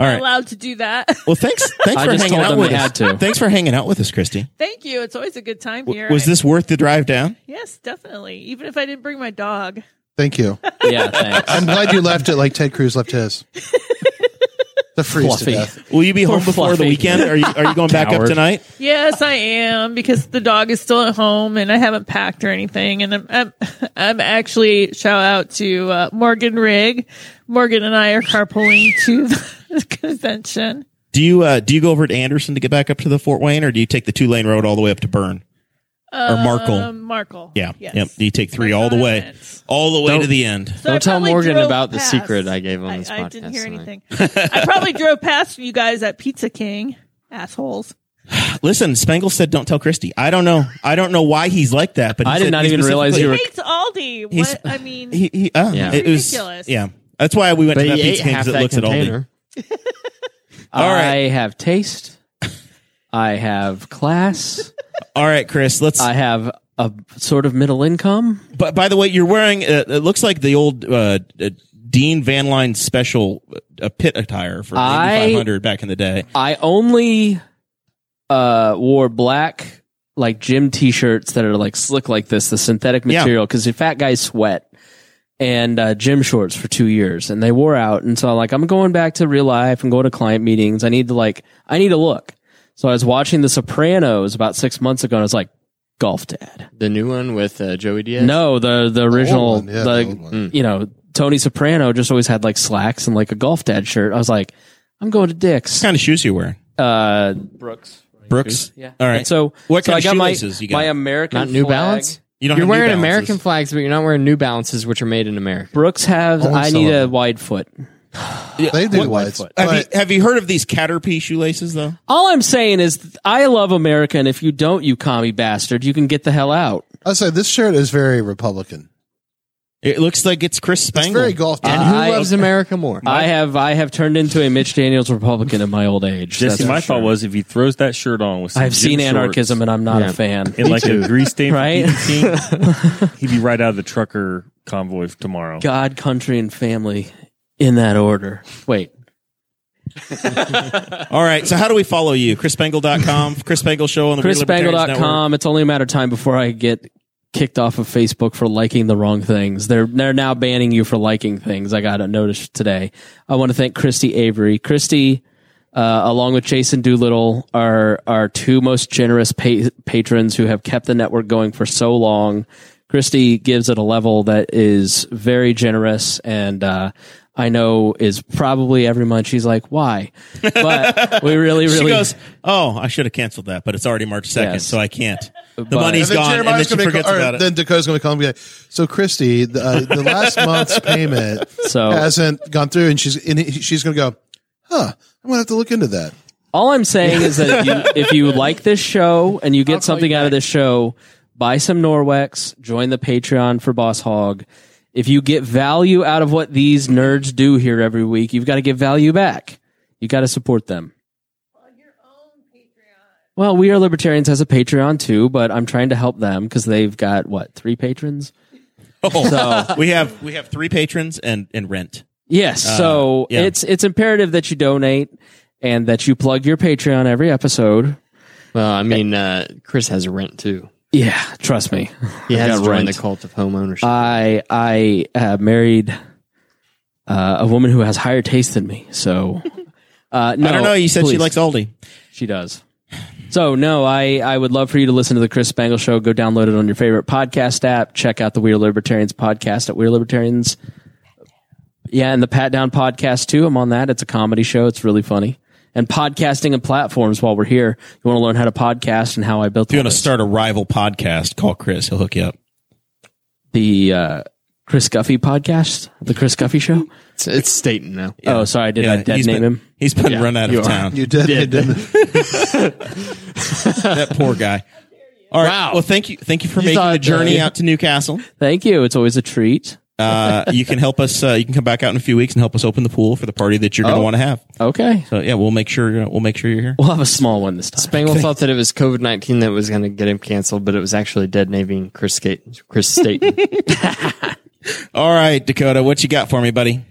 All right.
Allowed to do that.
Well, thanks. Thanks
I
for
just
hanging
told
out
them
with
they
us.
had to.
Thanks for hanging out with us, Christy.
Thank you. It's always a good time here.
Was this worth the drive down?
Yes, definitely. Even if I didn't bring my dog.
Thank you.
Yeah, thanks.
I'm glad you left it like Ted Cruz left his. The freeze
Fluffy.
to death.
Will you be home before the
Fluffy.
weekend? Are you are you going back up
Coward.
tonight?
Yes, I am because the dog is still at home and I haven't packed or anything. And I'm I'm, I'm actually shout out to uh, Morgan Rigg. Morgan and I are carpooling to the convention.
Do you uh, do you go over to Anderson to get back up to the Fort Wayne, or do you take the two lane road all the way up to Burn or Markle?
Um, Markle.
yeah,
Yes.
yep. Do you take three
That's
all the
what I
way,
meant.
all the way to the end?
So I
Don't tell
probably
Morgan
drove
about the
past.
secret I gave on this
I, I didn't
podcast
hear
tonight.
anything. I probably drove past you guys at Pizza King, assholes.
Listen, Spangle said, "Don't tell Christy." I don't know. I don't know why he's like that, but he
I did
said
not
he
even realize you
specifically-
were-
Thanks, Aldi.
He's-
What I mean,
He, he, uh,
Yeah.
it was
Ridiculous.
yeah. That's why we went
But
to that
he ate
pizza
half
because it
that
looks at all
container.
I have taste. I have class.
the. All right, Chris. Let's.
I have a sort of middle income.
but by the way, you're wearing. Uh, it looks like the old uh, uh, Dean Van Line special uh, pit attire for
I-
8500 back in the day.
I only uh, wore black like gym t-shirts that are like slick like this, the synthetic
Yeah.
material, because the fat guys sweat and uh, gym shorts for two years, and they wore out. And so, like, I'm going back to real life and going to client meetings. I need to like, I need to look. So I was watching The Sopranos about six months ago, and I was like, "Golf Dad."
The new one with uh, Joey Diaz.
No, the the original,
one,
the,
yeah, the old one.
you know, Tony Soprano just always had like slacks and like a golf dad shirt. I was like, "I'm going to Dick's."
What kind of shoes you wearing?
Uh, Brooks.
Brooks.
Yeah.
All right.
And so
What
so
kind
I
of
got my,
shoelaces you got?
my American
not New
flag.
Balance.
You don't
You're
have New
wearing
Balances.
American flags, but you're not wearing New Balances, which are made in America.
Brooks has
Oh,
Only
I need
some of
a
them.
wide foot.
They do lights.
Have
but-
you have you heard of these Caterpie shoelaces though?
All I'm saying is th- I love America and if you don't you commie bastard, you can get the hell out.
I say this shirt is very Republican.
It looks like it's Chris
It's
Spangle.
very golf.
And
team.
who
I-
loves America more?
I have I have turned into a Mitch Daniels Republican in my old age.
Jesse,
that's
my
for sure.
thought was if he throws that shirt on with some
I've
gym
seen
shorts
anarchism and I'm not a fan.
and like a grease stain,
Right?
right? he'd be right out of the trucker convoy tomorrow.
God, country and family in that order. Wait.
All right. So how do we follow you? ChrisSpangle.com, Chris Spangle Show on the Weird Libertarians Network.
ChrisBangle.com. It's only a matter of time before I get kicked off of Facebook for liking the wrong things. They're they're now banning you for liking things. I got a notice today. I want to thank Christy Avery. Christy, uh, along with Jason Doolittle, are our two most generous pa- patrons who have kept the network going for so long. Christy gives at a level that is very generous and uh, I know is probably every month she's like, why? But we really,
She
really
goes, "Oh, I should have canceled that, but it's already March second,
Yes.
so I can't. The
But-
money's
And
gone,
then
and then
Jeremiah's
she
gonna be
forgets
call- or
about it."
Then Dakota's going to call and be like, "So Christy, the, uh, the last month's payment
So-
hasn't gone through, and she's and he- she's going to go, huh? I'm going to have to look into that.
All I'm saying is that if you, if you like this show and you get something out of this show, buy some Norwex, join the Patreon for Boss Hog. If you get value out of what these nerds do here every week, you've got to give value back. You got to support them. Well, we are libertarians has a Patreon too, but I'm trying to help them because they've got what three patrons.
Oh, we have we have three patrons and and rent.
Yes. so
yeah.
it's it's imperative that you donate. and that you plug your Patreon every episode.
Well, I mean, uh, Chris has rent too.
Yeah, trust me.
He has Uh,
got
joined the
rent.
cult of home ownership.
I I uh, married uh, a woman who has higher taste than me. So uh, no,
I don't know. You said she
please.
likes Aldi.
She does. So no, I I would love for you to listen to the Chris Spangle Show. Go download it on your favorite podcast app. Check out the We Are Libertarians podcast at We Are Libertarians. Yeah, and the Pat Down podcast too. I'm on that. It's a comedy show. It's really funny. And podcasting and platforms. While we're here, you want to learn how to podcast and how I built
If you want
all
to
this.
start a rival podcast, call Chris. He'll hook you up.
the uh, Chris Guffey podcast, the Chris Guffey Show.
it's, it's Staten now.
Oh, sorry, did I dead
he's
name
been,
him?
He's been run out of town.
You did. you did.
that poor guy. All right. Well, thank you. Thank you for making
thought,
the journey
uh,
out to Newcastle.
Thank you. It's always a treat.
Uh, you can help us. Uh, you can come back out in a few weeks and help us open the pool for the party that you're going to want to have.
Okay,
So yeah, we'll make sure uh, we'll make sure you're here.
we'll have a small one this time.
Spangle thought that it was COVID nineteen that was going to get him canceled, but it was actually dead naming Chris Skate, Chris Staten.
All right, Dakota, what you got for me, buddy?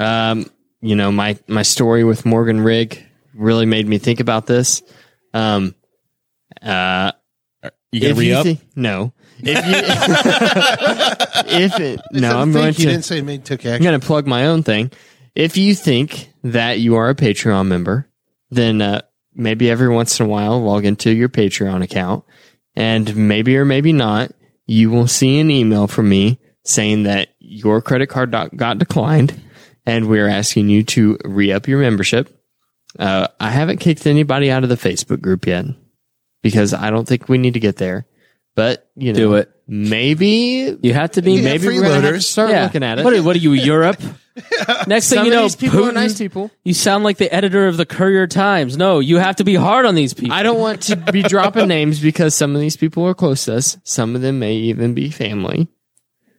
um, you know my my story with Morgan Rigg really made me think about this. Um, uh,
You gonna
if you
re up?
thi- no. If you, if it, no, I'm going
You
to.
didn't say made took
I'm
action.
going to plug my own thing. If you think that you are a Patreon member, then uh, maybe every once in a while log into your Patreon account, and maybe or maybe not, you will see an email from me saying that your credit card doc- got declined, and we are asking you to re up your membership. Uh, I haven't kicked anybody out of the Facebook group yet because I don't think we need to get there. But you know,
Do it.
Maybe
You have to be
Yeah,
maybe we're gonna have to
freeloaders.
start looking at it.
What, are- what are you, Europe? Next thing
Some
you
of
know,
these people are
Putin-
nice people.
You sound like the editor of the Courier Times. No, you have to be hard on these people.
I don't want to be dropping names because some of these people are close to us. Some of them may even be family.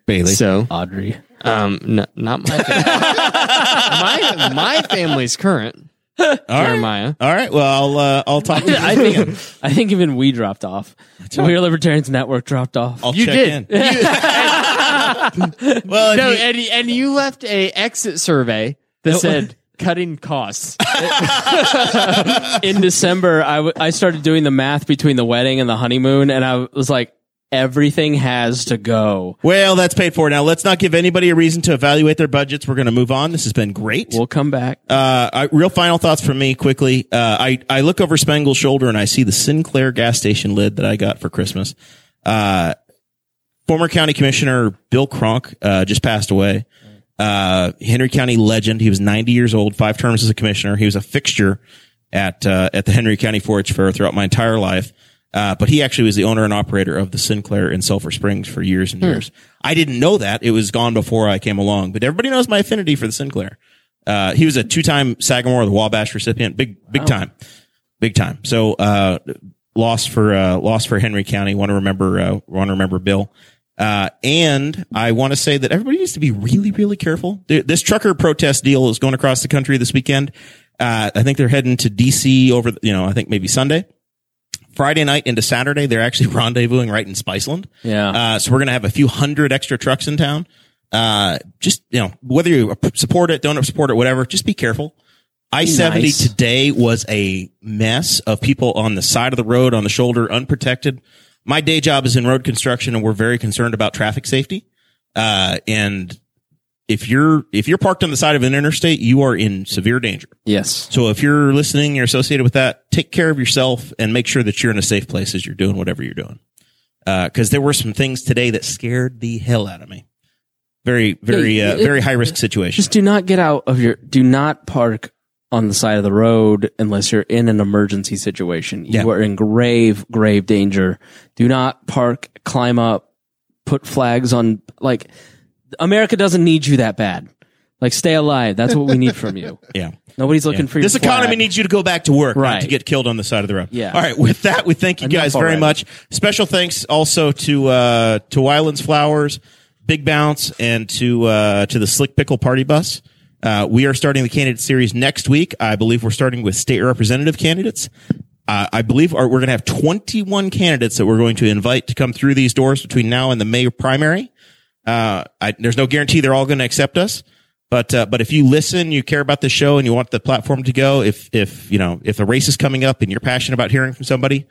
Bailey.
So,
Audrey.
um, n- not my family. my my family's current.
All right.
Jeremiah.
All right. Well, I'll uh, I'll talk to you.
I think I think even we dropped off. We are Libertarians Network dropped off.
I'll
you
check
did.
in. well, if
No,
you-
and and you left a exit survey that said cutting costs.
In December, I, w- I started doing the math between the wedding and the honeymoon, and I was like, everything has to go.
well, that's paid for. Now, let's not give anybody a reason to evaluate their budgets. We're going to move on. This has been great.
We'll come back.
uh, I, real final thoughts from me quickly. Uh, I, I look over Spangle's shoulder and I see the Sinclair gas station lid that I got for Christmas. Uh, former county commissioner Bill Cronk, uh, just passed away. Uh, Henry County legend. He was 90 years old, five terms as a commissioner. He was a fixture at, uh, at the Henry County Forage Fair throughout my entire life. Uh, but he actually was the owner and operator of the Sinclair in Sulphur Springs for years and years. I didn't know that. It was gone before I came along, but everybody knows my affinity for the Sinclair. Uh, he was a two-time Sagamore, the Wabash recipient, big, big time, big time. So, uh, loss for, uh, loss for Henry County. Want to remember, uh, want to remember Bill. Uh, and I want to say that everybody needs to be really, really careful. Th- This trucker protest deal is going across the country this weekend. Uh, I think they're heading to DC over, you know, I think maybe Sunday. Friday night into Saturday, they're actually rendezvousing right in Spiceland.
Yeah.
Uh, so we're going to have a few hundred extra trucks in town. Uh, just, you know, whether you support it, don't support it, whatever, just be careful. I-70
nice.
today was a mess of people on the side of the road, on the shoulder, unprotected. My day job is in road construction and we're very concerned about traffic safety. Uh, and if you're, if you're parked on the side of an interstate, you are in severe danger.
yes.
So if you're listening, you're associated with that, take care of yourself and make sure that you're in a safe place as you're doing whatever you're doing. Because there were some things today that scared the hell out of me. Very, very, uh, very high risk situation.
Just do not get out of your. Do not park on the side of the road unless you're in an emergency situation.
Yeah.
You are in grave, grave danger. Do not park, climb up, put flags on. Like America doesn't need you that bad. Like stay alive. That's what we need from you.
Yeah.
Nobody's looking for your
This economy
flag.
needs you to go back to work, not
Right.
to get killed on the side of the road.
Yeah.
All right. With that, we thank you
Enough
guys very
already.
much. Special thanks also to uh, to Wyland's Flowers, Big Bounce, and to uh, to the Slick Pickle Party Bus. Uh, we are starting the candidate series next week. I believe we're starting with state representative candidates. Uh, I believe our, we're going to have 21 candidates that we're going to invite to come through these doors between now and the May primary. Uh, I, there's no guarantee they're all going to accept us. But uh, but if you listen, you care about the show, and you want the platform to go. If if you know if a race is coming up and you're passionate about hearing from somebody,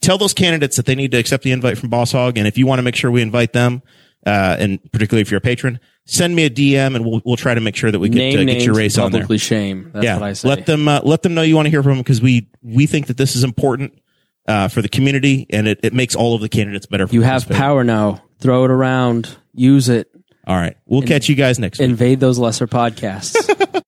tell those candidates that they need to accept the invite from Boss Hog. And if you want to make sure we invite them, uh, and particularly if you're a patron, send me a DM, and we'll we'll try to make sure that we get, uh,
Name
get
names
your race on there
publicly shame. That's what I say.
let them uh, let them know you want to hear from them because we we think that this is important uh, for the community and it, it makes all of the candidates better. For
you have
participating.
power now. Throw it around. Use it.
All right, we'll catch you guys next. week.
Invade those lesser podcasts.